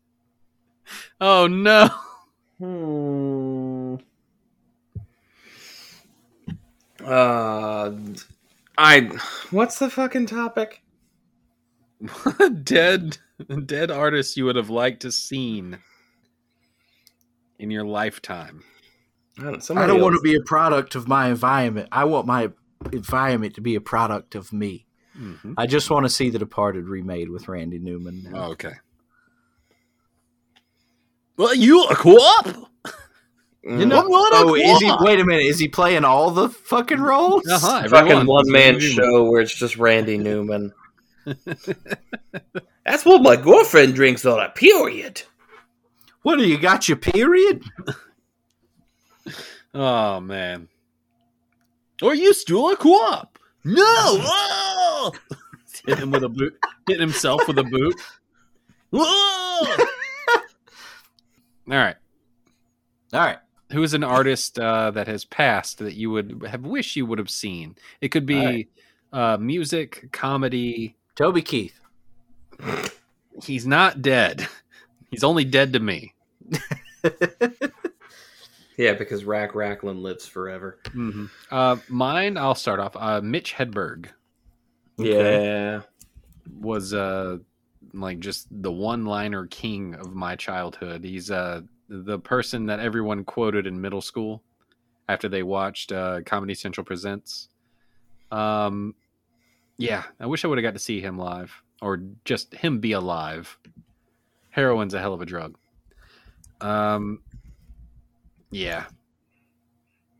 Speaker 2: oh no!
Speaker 3: Hmm. Uh, I. What's the fucking topic?
Speaker 2: dead, dead artists you would have liked to seen in your lifetime.
Speaker 3: I don't,
Speaker 4: I
Speaker 3: somebody
Speaker 4: don't want to
Speaker 3: else-
Speaker 4: be a product of my environment. I want my environment to be a product of me.
Speaker 2: Mhm.
Speaker 4: I just want to see The Departed remade with Randy Newman. now.
Speaker 2: Oh, okay. Well, you a co-op?
Speaker 3: Mm.
Speaker 4: You know,
Speaker 2: what a
Speaker 4: oh, is he?
Speaker 2: quad.
Speaker 4: Wait a Mm-hmm. minute, is he playing all the fucking roles?
Speaker 2: Uh-huh,
Speaker 3: Mm. fucking
Speaker 2: everyone.
Speaker 3: one man
Speaker 2: Everyone.
Speaker 3: show where it's just Randy Newman. That's what my girlfriend drinks on a period.
Speaker 4: What do you got? Your period?
Speaker 2: Oh man.
Speaker 1: Or you still a co-op? No. Oh!
Speaker 2: Hit him with a boot. Hit himself with a boot.
Speaker 1: Oh!
Speaker 2: All right.
Speaker 4: All right.
Speaker 2: Who is an artist uh, that has passed that you would have wished you would have seen? It could be
Speaker 4: All right.
Speaker 2: uh, music, comedy.
Speaker 4: Toby Keith.
Speaker 2: He's not dead. He's only dead to me.
Speaker 3: Yeah, because Rack Racklin lives forever.
Speaker 4: Mm-hmm.
Speaker 2: Uh, mine. I'll start off. Uh, Mitch Hedberg
Speaker 3: Yeah.
Speaker 2: was uh, like just the one-liner king of my childhood. He's uh, the person that everyone quoted in middle school after they watched uh, Comedy Central presents. Um, yeah, I wish I would have got to see him live or just him be alive. Heroin's a hell of a drug. Um, yeah,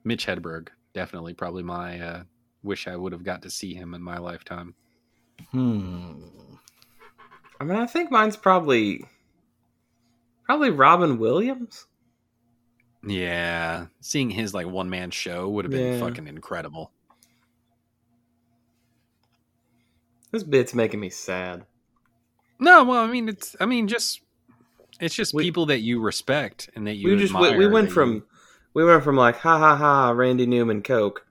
Speaker 2: Mitch Hedberg definitely probably my uh, wish I would have got to see him in my lifetime.
Speaker 4: Hmm.
Speaker 3: I mean, I think mine's probably probably Robin Williams.
Speaker 2: Yeah, seeing his like one man show would have been
Speaker 3: Yeah.
Speaker 2: fucking incredible.
Speaker 3: This bit's making me sad.
Speaker 2: No, well, I mean, it's I mean, just it's just
Speaker 3: We-
Speaker 2: people that you respect and that you
Speaker 3: we just we, we
Speaker 2: admire
Speaker 3: went
Speaker 2: that
Speaker 3: from
Speaker 2: you-
Speaker 3: we went from like ha ha ha Randy Newman Coke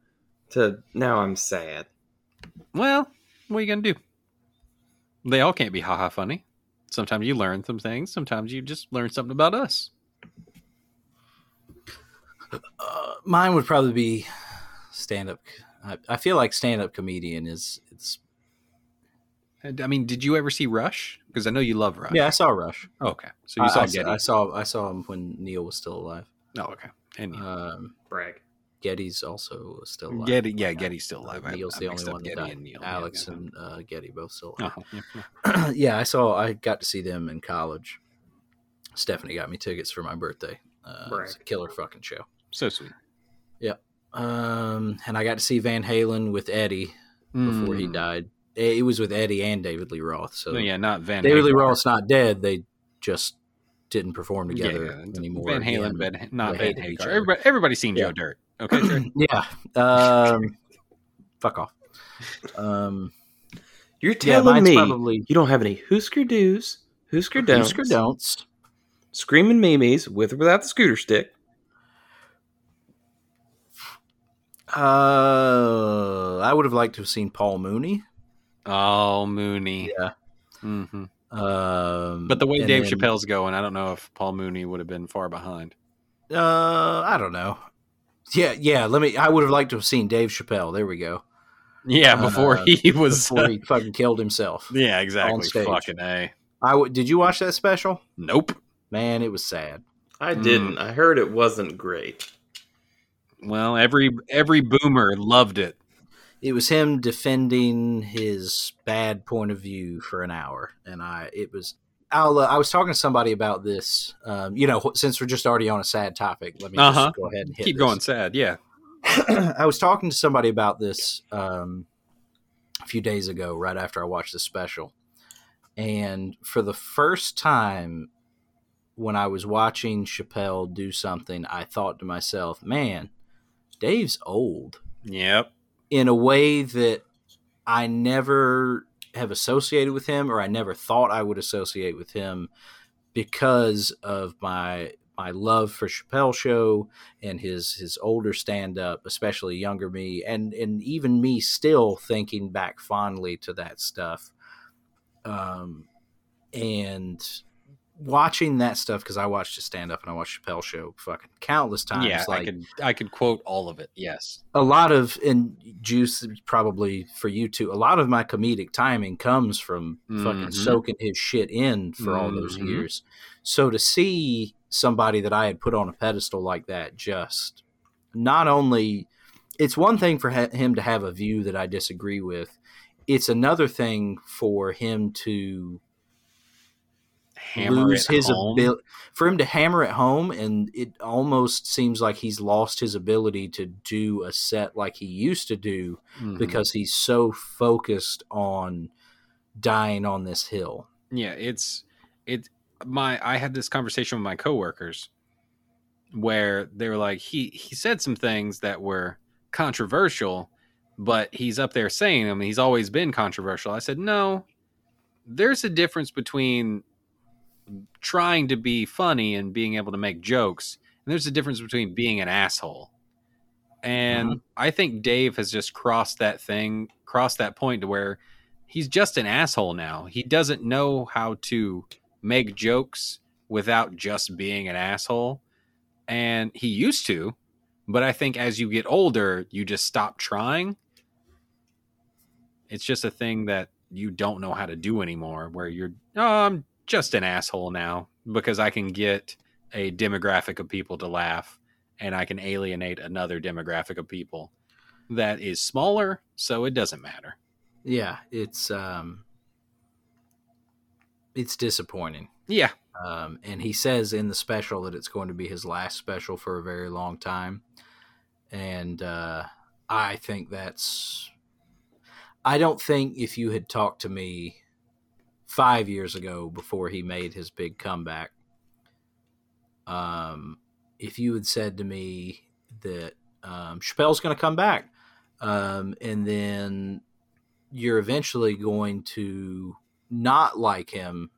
Speaker 3: to now I'm sad.
Speaker 2: well, what are you gonna do? They all can't be haha funny. Sometimes you learn some things. Sometimes you just learn something about us.
Speaker 4: Uh, mine would probably be stand up I, I feel like stand up comedian is it's
Speaker 2: And, I mean, did you ever see Rush? Because I know you love Rush.
Speaker 4: yeah. I saw Rush.
Speaker 2: Oh, okay. So you
Speaker 4: I-
Speaker 2: saw
Speaker 4: I,
Speaker 2: Getty.
Speaker 4: I saw I saw him when Neil was still alive.
Speaker 2: oh, okay. And
Speaker 4: Um,
Speaker 3: Brag.
Speaker 4: Getty's also still alive.
Speaker 2: Getty, yeah, Getty's still alive. I-
Speaker 4: Neil's
Speaker 2: I
Speaker 4: the
Speaker 2: mixed
Speaker 4: only
Speaker 2: up
Speaker 4: one that
Speaker 2: Getty
Speaker 4: died.
Speaker 2: and Neil. Yeah,
Speaker 4: Alex
Speaker 2: yeah.
Speaker 4: and uh, Getty both still alive.
Speaker 2: Oh, yeah, yeah.
Speaker 4: yeah, I saw. I got to see them in college. Stephanie got me tickets for my birthday. Uh, it's a
Speaker 3: Brag.
Speaker 4: killer fucking show.
Speaker 2: so sweet.
Speaker 4: Um, and I got to see Van Halen with Eddie before he
Speaker 2: Mm.
Speaker 4: died. It it was with Eddie and David Lee Roth. So
Speaker 2: No, Oh, yeah, not Van.
Speaker 4: David Lee
Speaker 2: Halen.
Speaker 4: Roth's not dead. They just didn't perform
Speaker 2: Yeah,
Speaker 4: together
Speaker 2: yeah.
Speaker 4: anymore.
Speaker 2: Van Halen,
Speaker 4: again.
Speaker 2: Van, not
Speaker 4: They
Speaker 2: Van
Speaker 4: hated each
Speaker 2: Hagar.
Speaker 4: other.
Speaker 2: Everybody, everybody's seen
Speaker 4: Yeah.
Speaker 2: Joe Dirt. Okay, sure.
Speaker 4: yeah. Um, fuck off. Um,
Speaker 3: You're
Speaker 4: yeah,
Speaker 3: telling
Speaker 4: mine's
Speaker 3: me
Speaker 4: probably
Speaker 3: you don't have any Hoosker do's, Hoosker don'ts,
Speaker 4: Husker Don'ts.
Speaker 3: screaming memes with or without the scooter stick.
Speaker 4: Uh, I would have liked to have seen Paul Mooney.
Speaker 2: Oh, Mooney.
Speaker 4: Yeah.
Speaker 2: Mhm.
Speaker 4: Um,
Speaker 2: But the way
Speaker 4: and
Speaker 2: Dave
Speaker 4: then-
Speaker 2: Chappelle's going, I don't know if Paul Mooney would have been far behind.
Speaker 4: uh, I don't know. Yeah, yeah. Let me. I would have liked to have seen Dave Chappelle. There we go.
Speaker 2: Yeah, before
Speaker 4: Uh,
Speaker 2: he was.
Speaker 4: Before he fucking killed himself.
Speaker 2: yeah,
Speaker 4: on
Speaker 2: exactly.
Speaker 4: stage.
Speaker 2: Fucking a.
Speaker 4: I w- did you watch that special?
Speaker 2: Nope.
Speaker 4: Man, it was sad.
Speaker 3: I
Speaker 2: Mm.
Speaker 3: didn't. I heard it wasn't great.
Speaker 2: Well, every every boomer loved it.
Speaker 4: It was him defending his bad point of view for an hour, and I it was. I'll, uh, I was talking to somebody about this. Um, you know, wh- since we're just already on a sad topic, let me just
Speaker 2: Uh-huh.
Speaker 4: go ahead and hit
Speaker 2: Keep
Speaker 4: this.
Speaker 2: going, sad. Yeah.
Speaker 4: I was talking to somebody about this um, a few days ago, right after I watched the special. And for the first time, when I was watching Chappelle do something, I thought to myself, man, Dave's old
Speaker 2: Yep.
Speaker 4: in a way that I never have associated with him or I never thought I would associate with him because of my my love for Chappelle show and his his older stand up, especially younger me and and even me still thinking back fondly to that stuff. Um and watching that stuff because I watched his stand up and I watched Chappelle show fucking countless times.
Speaker 2: yeah, I could I could quote all of it. Yes.
Speaker 4: a lot of and juice probably for you too a lot of my comedic timing comes from fucking
Speaker 2: Mhm.
Speaker 4: soaking his shit in for all those
Speaker 2: Mhm.
Speaker 4: years so to see somebody that i had put on a pedestal like that just not only it's one thing for ha- him to have a view that i disagree with it's another thing for him to
Speaker 2: Hammer
Speaker 4: lose
Speaker 2: it
Speaker 4: his
Speaker 2: home.
Speaker 4: ability for him to hammer it home and it almost seems like he's lost his ability to do a set like he used to do
Speaker 2: Mhm.
Speaker 4: because he's so focused on dying on this hill
Speaker 2: yeah it's it my i had this conversation with my coworkers where they were like he he said some things that were controversial but he's up there saying them and he's always been controversial i said no there's a difference between trying to be funny and being able to make jokes and there's a difference between being an asshole and i think dave has just crossed that thing crossed that point to where he's just an asshole now. He doesn't know how to make jokes without just being an asshole. And he used to, but I think as you get older, you just stop trying. It's just a thing that you don't know how to do anymore where you're oh, I'm just an asshole now because I can get a demographic of people to laugh and I can alienate another demographic of people that is smaller, so it doesn't matter.
Speaker 4: yeah it's um it's disappointing
Speaker 2: Yeah.
Speaker 4: um, and he says in the special that it's going to be his last special for a very long time and uh, i think that's i don't think if you had talked to me five years ago before he made his big comeback um, if you had said to me that um, chappelle's going to come back um, and then you're eventually going to not like him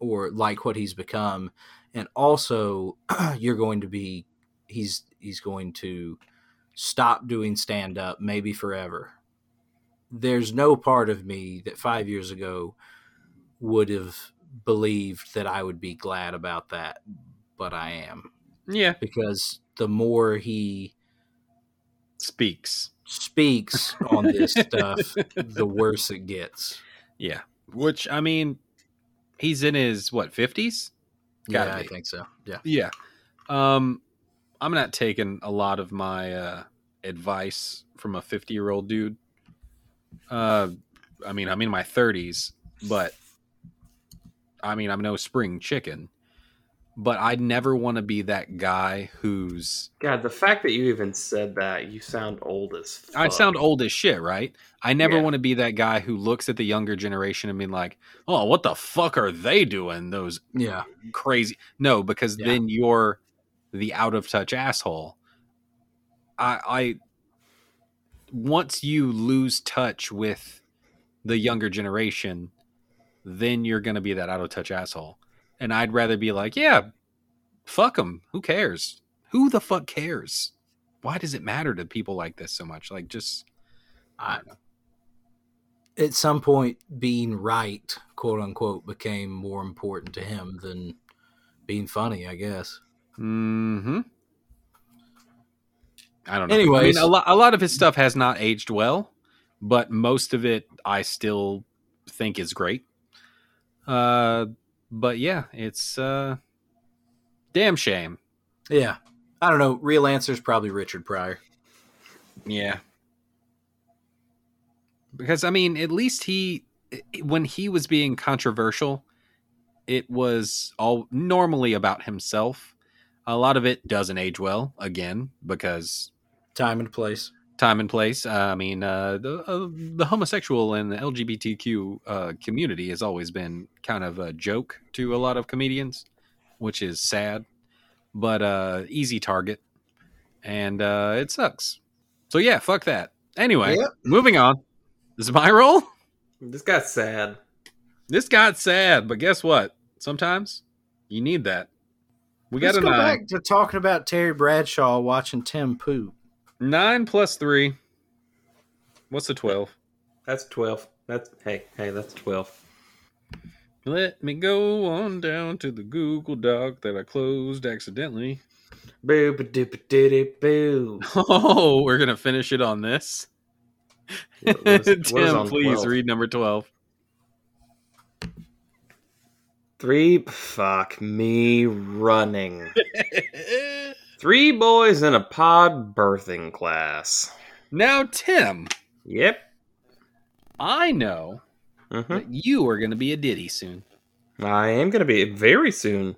Speaker 4: or like what he's become and also you're going to be he's he's going to stop doing stand up maybe forever there's no part of me that 5 years ago would have believed that I would be glad about that but I am
Speaker 2: Yeah.
Speaker 4: because the more he
Speaker 2: speaks.
Speaker 4: speaks on this stuff, the worse it gets.
Speaker 2: Yeah. Which I mean, he's in his what fifties? Gotta
Speaker 4: yeah, I
Speaker 2: be.
Speaker 4: think so. Yeah.
Speaker 2: Yeah. Um, I'm not taking a lot of my uh, advice from a 50 year old dude. Uh, I mean, I'm in my 30s, but I mean, I'm no spring chicken. But I never want to be that guy who's
Speaker 3: God, the fact that you even said that, you sound old as fuck.
Speaker 2: I sound old as shit, right? I never
Speaker 3: Yeah.
Speaker 2: want to be that guy who looks at the younger generation and being like, "Oh, what the fuck are they doing? Those
Speaker 4: Yeah.
Speaker 2: crazy." No, because
Speaker 4: Yeah.
Speaker 2: then you're the out of touch asshole. I, I once you lose touch with the younger generation, then you're going to be that out of touch asshole. And I'd rather be like, "Yeah, fuck them. Who cares? Who the fuck cares?" Why does it matter to people like this so much? Like, just
Speaker 4: I, at some point, being right, quote unquote, became more important to him than being funny, I guess.
Speaker 2: Mm-hmm. I don't know.
Speaker 4: Anyways.
Speaker 2: I mean, a, lo- a lot of his stuff has not aged well, but most of it I still think is great. Uh, but yeah, it's uh, damn shame.
Speaker 4: Yeah. I don't know. Real answer's probably Richard Pryor.
Speaker 2: Yeah. Because I mean, at least he when he was being controversial, it was all normally about himself. A lot of it doesn't age well again because
Speaker 4: Time and place.
Speaker 2: time and place. Uh, I mean, uh, the uh, the homosexual and the LGBTQ uh, community has always been kind of a joke to a lot of comedians, which is sad, but uh, easy target, and uh, it sucks. So yeah, fuck that. Anyway,
Speaker 6: Yep.
Speaker 2: moving on. This is my role.
Speaker 3: This got sad.
Speaker 2: This got sad, but guess what? Sometimes you need that. We got
Speaker 4: Let's
Speaker 2: a
Speaker 4: go
Speaker 2: nine.
Speaker 4: back to talking about Terry Bradshaw watching Tim poop.
Speaker 2: Nine plus three. What's the twelve?
Speaker 3: That's twelve. That's hey, hey, that's twelve.
Speaker 2: Let me go on down to the Google Doc that I closed accidentally.
Speaker 3: Boo ba doo ba doo doo boo.
Speaker 2: Oh, we're gonna finish it on this.
Speaker 3: What was- what
Speaker 2: Tim,
Speaker 3: was on
Speaker 2: please
Speaker 3: 12?
Speaker 2: read number twelve.
Speaker 3: Three fuck me running. Three boys in a pod birthing class.
Speaker 2: now, Tim,
Speaker 3: Yep.
Speaker 2: I know
Speaker 3: hmm
Speaker 2: that you are gonna be a ditty soon.
Speaker 3: I am gonna be very soon.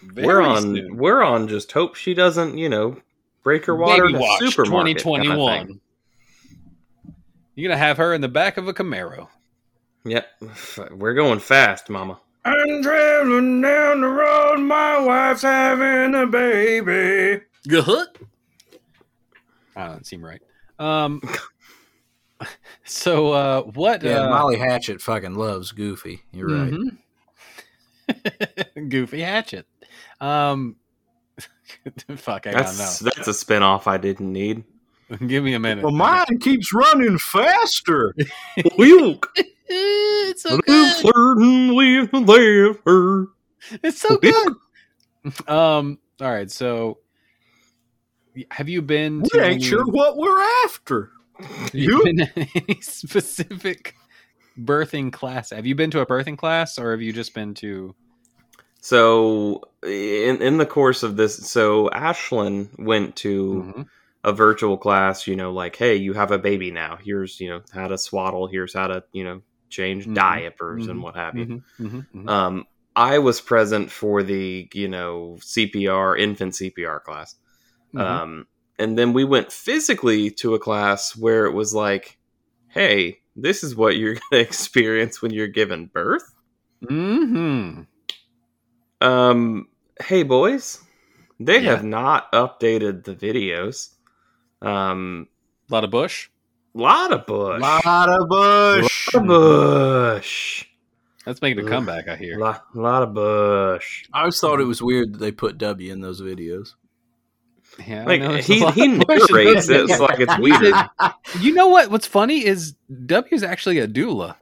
Speaker 1: Very
Speaker 3: we're on.
Speaker 1: soon.
Speaker 3: We're on. Just hope she doesn't, you know, break her water
Speaker 2: Baby
Speaker 3: in
Speaker 2: Watch
Speaker 3: a supermarket. kind of thing.
Speaker 2: 2021. You're gonna have her in the back of a Camaro.
Speaker 3: Yep. We're going fast, Mama.
Speaker 5: I'm traveling down the road. My wife's having a baby.
Speaker 2: Good. I don't seem right. Um. So, uh, what?
Speaker 4: Yeah,
Speaker 2: uh,
Speaker 4: Molly Hatchet fucking loves Goofy. You're right.
Speaker 2: Mhm. Goofy Hatchet. Um, fuck, I
Speaker 3: That's
Speaker 2: don't
Speaker 3: that's a spinoff I didn't need.
Speaker 2: know. Give me a
Speaker 4: Mm-hmm.
Speaker 2: minute.
Speaker 4: keeps running faster.
Speaker 3: Luke,
Speaker 2: it's so
Speaker 3: Luke
Speaker 2: good.
Speaker 3: flirting with the liver.
Speaker 2: It's so good. Um. All right. So, have you been?
Speaker 4: we ain't
Speaker 2: any-
Speaker 4: sure what we're after.
Speaker 2: have you been to any specific birthing class? Have you been to a birthing class, or have you just been to?
Speaker 3: So in in the course of this, so Ashlyn went to
Speaker 2: Mhm.
Speaker 3: a virtual class. You know, like, hey, you have a baby now. Here's you know how to swaddle. Here's how to you know change
Speaker 2: Mhm.
Speaker 3: diapers and
Speaker 2: Mhm.
Speaker 3: what have you.
Speaker 2: Mhm, mhm, mhm.
Speaker 3: Um, I was present for the you know CPR infant CPR class.
Speaker 2: Mhm.
Speaker 3: Um, and then we went physically to a class where it was like, hey, this is what you're going to experience when you're given birth.
Speaker 2: Mhm.
Speaker 3: Um, hey, boys, they
Speaker 2: Yeah.
Speaker 3: have not updated the videos. Um,
Speaker 2: A lot of bush.
Speaker 3: lot of bush.
Speaker 4: Lot of bush.
Speaker 3: Lot of bush.
Speaker 2: That's making a
Speaker 3: Ugh.
Speaker 2: comeback. I hear.
Speaker 3: Lot, lot of bush.
Speaker 4: I always thought it was weird that they put W in those videos.
Speaker 2: Yeah, I
Speaker 3: Like
Speaker 2: know there's a
Speaker 3: he,
Speaker 2: lot
Speaker 3: he
Speaker 2: of bush in
Speaker 3: narrates
Speaker 2: those
Speaker 3: it. It's like it's
Speaker 2: He's
Speaker 3: weird.
Speaker 2: a- You know what? What's funny is W's actually a doula.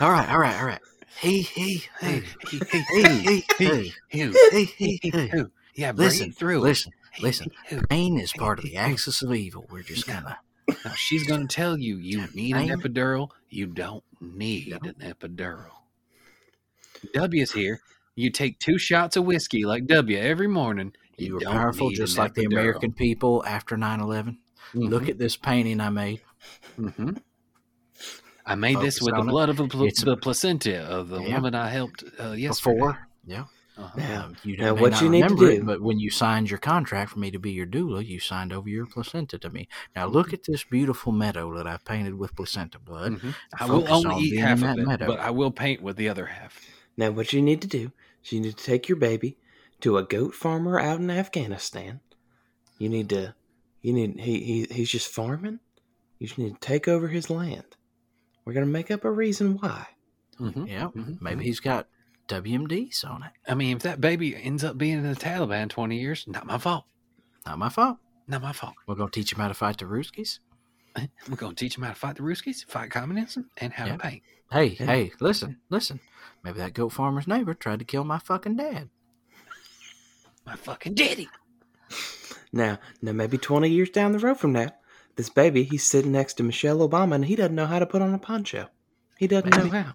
Speaker 4: all right, all right, all right. Hey, hey, hey,
Speaker 2: hey, hey,
Speaker 4: hey, hey, hey,
Speaker 2: hey,
Speaker 4: hey, hey, hey.
Speaker 2: Yeah,
Speaker 4: Listen,
Speaker 2: through.
Speaker 4: Listen, Listen, pain is part of the axis of evil. We're just gonna.
Speaker 1: Now, she's going to tell you you need an
Speaker 4: I'm-
Speaker 1: epidural. You don't need
Speaker 4: No.
Speaker 1: an epidural. W's here. You take two shots of whiskey like W every morning.
Speaker 4: You were
Speaker 1: don't
Speaker 4: powerful,
Speaker 1: need
Speaker 4: just
Speaker 1: an
Speaker 4: like the
Speaker 1: epidural. Mm-hmm.
Speaker 4: American people after 9-11. Look at this painting I made.
Speaker 1: Mhm. I made this
Speaker 4: Focus
Speaker 1: with the
Speaker 4: on it.
Speaker 1: blood of a pl-
Speaker 4: It's a-
Speaker 1: the placenta of the
Speaker 4: Yeah.
Speaker 1: woman I helped uh, yesterday.
Speaker 4: Before, yeah.
Speaker 1: Uh-huh.
Speaker 3: Yeah.
Speaker 4: Um, you
Speaker 3: Now,
Speaker 4: may
Speaker 3: what
Speaker 4: not
Speaker 3: you need to
Speaker 4: remember it,
Speaker 3: do-
Speaker 4: but when you signed your contract for me to be your doula, you signed over your placenta to me. Now
Speaker 1: Mm-hmm.
Speaker 4: look at this beautiful meadow that I've painted with placenta blood.
Speaker 1: Mhm. I will
Speaker 4: Focus on
Speaker 1: only eat
Speaker 4: being
Speaker 1: half
Speaker 4: in
Speaker 1: of
Speaker 4: that
Speaker 1: it,
Speaker 4: meadow.
Speaker 1: but I will paint with the other half.
Speaker 3: Now, what you need to do is you need to take your baby to a goat farmer out in Afghanistan. You need to, you need he, he he's just farming. You just need to take over his land. We're gonna make up a reason why.
Speaker 1: Mhm.
Speaker 4: Yeah,
Speaker 1: Mhm.
Speaker 4: Mm-hmm, maybe he's got WMDs on it.
Speaker 1: I mean, if that baby ends up being in the Taliban in 20 years, not my fault.
Speaker 4: Not my fault.
Speaker 1: Not my fault.
Speaker 4: We're gonna teach him how to fight the Ruskies.
Speaker 1: We're going to teach them how to fight the Ruskies, fight communism, and how
Speaker 4: Yeah.
Speaker 1: to paint.
Speaker 4: Hey,
Speaker 3: Yeah.
Speaker 4: hey, listen, listen. Maybe that goat farmer's neighbor tried to kill my fucking dad.
Speaker 1: My fucking daddy.
Speaker 3: Now, now maybe twenty years down the road from now, this baby he's sitting next to Michelle Obama and he doesn't know how to put on a poncho. He doesn't know how.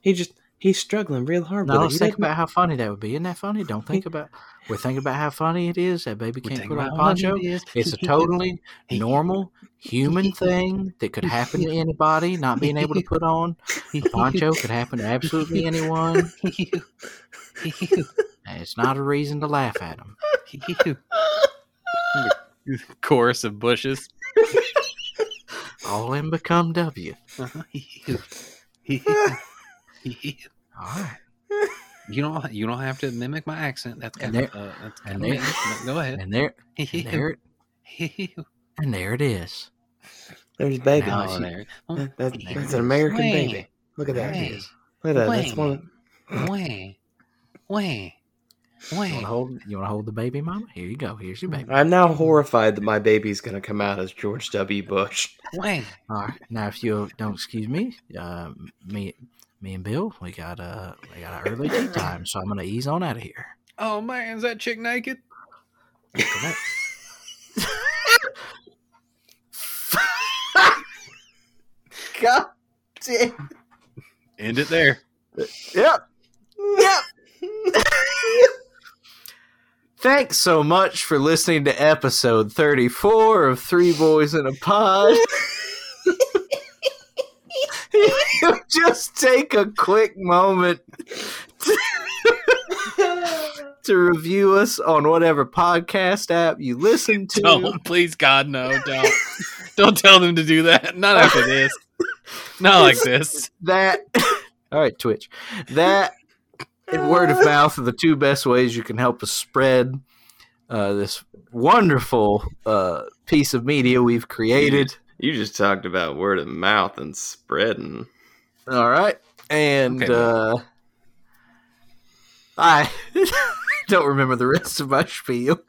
Speaker 3: He just he's struggling real hard.
Speaker 4: Now
Speaker 3: with it.
Speaker 4: let's
Speaker 3: He
Speaker 4: think
Speaker 3: doesn't-
Speaker 4: about how funny that would be. Isn't that funny? Don't think about. We're thinking about how funny it is that baby
Speaker 1: We're
Speaker 4: can't
Speaker 1: thinking
Speaker 4: put on a
Speaker 1: about how
Speaker 4: poncho.
Speaker 1: funny it is.
Speaker 4: It's a totally
Speaker 1: He-
Speaker 4: normal human thing that could happen to anybody. Not being able to put on a poncho could happen to absolutely anyone. And it's not a reason to laugh at them.
Speaker 2: Chorus of bushes.
Speaker 4: All in become W.
Speaker 1: you
Speaker 4: All right.
Speaker 1: don't you don't have to mimic my accent. That's
Speaker 4: And
Speaker 1: kind of uh, that's
Speaker 4: and
Speaker 1: kind of
Speaker 4: there-
Speaker 1: go ahead.
Speaker 4: And there, and there, and there it is.
Speaker 3: There's baby.
Speaker 4: Now
Speaker 3: That-
Speaker 4: it's-
Speaker 1: Oh, there.
Speaker 3: that- that's,
Speaker 1: there
Speaker 3: an American
Speaker 1: Wait.
Speaker 3: baby. Look at that.
Speaker 4: There it
Speaker 1: Wait.
Speaker 4: is.
Speaker 3: Look at that. That's one. Of,
Speaker 1: Way, way,
Speaker 4: You want
Speaker 1: way.
Speaker 4: to hold? You want to hold the baby, Mama? Here you go. Here's your baby.
Speaker 3: I'm now horrified that my baby's going to come out as George W. Bush.
Speaker 1: Way.
Speaker 4: All right. Now, if you don't excuse me, uh, me, me and Bill, we got uh, we got an early tea time, so I'm gonna ease on out of here.
Speaker 2: Oh man, is that chick naked?
Speaker 6: God damn.
Speaker 2: End it there.
Speaker 4: Yep. Yep. Thanks so much for listening to episode 34 of Three Boys in a Pod. Just take a quick moment to, to review us on whatever podcast app you listen to.
Speaker 2: Don't Oh, please God no, don't. don't tell them to do that. Not after this. Not like this.
Speaker 4: that all right twitch that and word of mouth are the two best ways you can help us spread uh, this wonderful uh, piece of media we've created
Speaker 3: You just talked about word of mouth and spreading.
Speaker 4: all right and
Speaker 2: Okay.
Speaker 4: uh, i don't remember the rest of my spiel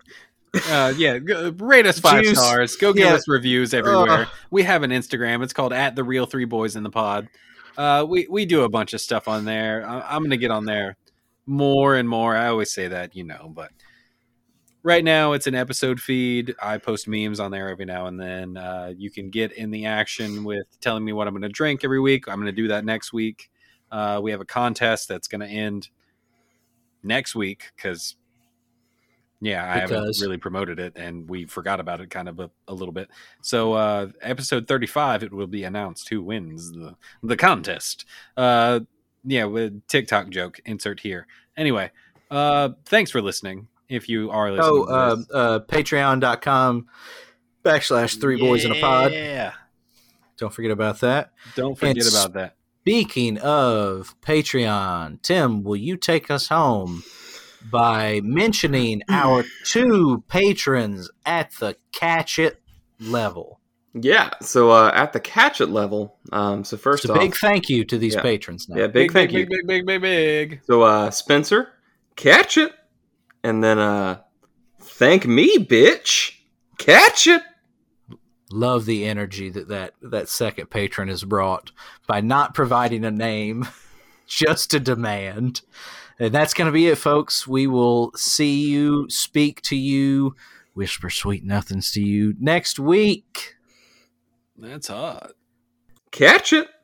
Speaker 2: Uh, yeah, go, rate us five
Speaker 4: Juice.
Speaker 2: stars. Go give
Speaker 4: Yeah.
Speaker 2: us reviews everywhere.
Speaker 4: Ugh.
Speaker 2: we have an Instagram. It's called at the real three boys in the pod. Uh, we we do a bunch of stuff on there. I, I'm gonna get on there more and more. I always say that, you know, but right now it's an episode feed. I post memes on there every now and then. Uh, you can get in the action with telling me what I'm gonna drink every week. I'm gonna do that next week. Uh, we have a contest that's gonna end next week because. Yeah, I haven't
Speaker 4: Because-
Speaker 2: really promoted it, and we forgot about it kind of a, a little bit. So uh episode 35 it will be announced who wins the the contest. Uh yeah, with TikTok joke insert here. Anyway, uh thanks for listening. If you are listening.
Speaker 4: oh
Speaker 2: to
Speaker 4: uh,
Speaker 2: this.
Speaker 4: uh, patreon.com backslash three boys in a pod
Speaker 2: Yeah.
Speaker 4: don't forget about that
Speaker 2: Don't forget
Speaker 4: It's-
Speaker 2: about that.
Speaker 4: Speaking of Patreon, Tim, will you take us home by mentioning our two patrons at the catch it level?
Speaker 3: Yeah. So uh, at the catch it level, um, so first
Speaker 4: It's a
Speaker 3: off,
Speaker 4: big thank you to these
Speaker 3: Yeah.
Speaker 4: patrons now.
Speaker 3: yeah, big, thank you.
Speaker 2: big, big, big, big, big.
Speaker 3: So uh, Spencer, catch it, and then uh, thank me, bitch, catch it.
Speaker 4: Love the energy that, that that second patron has brought by not providing a name, just a demand. And that's going to be it, folks. We will see you, speak to you. whisper sweet nothings to you next week.
Speaker 2: That's hot.
Speaker 3: Catch it.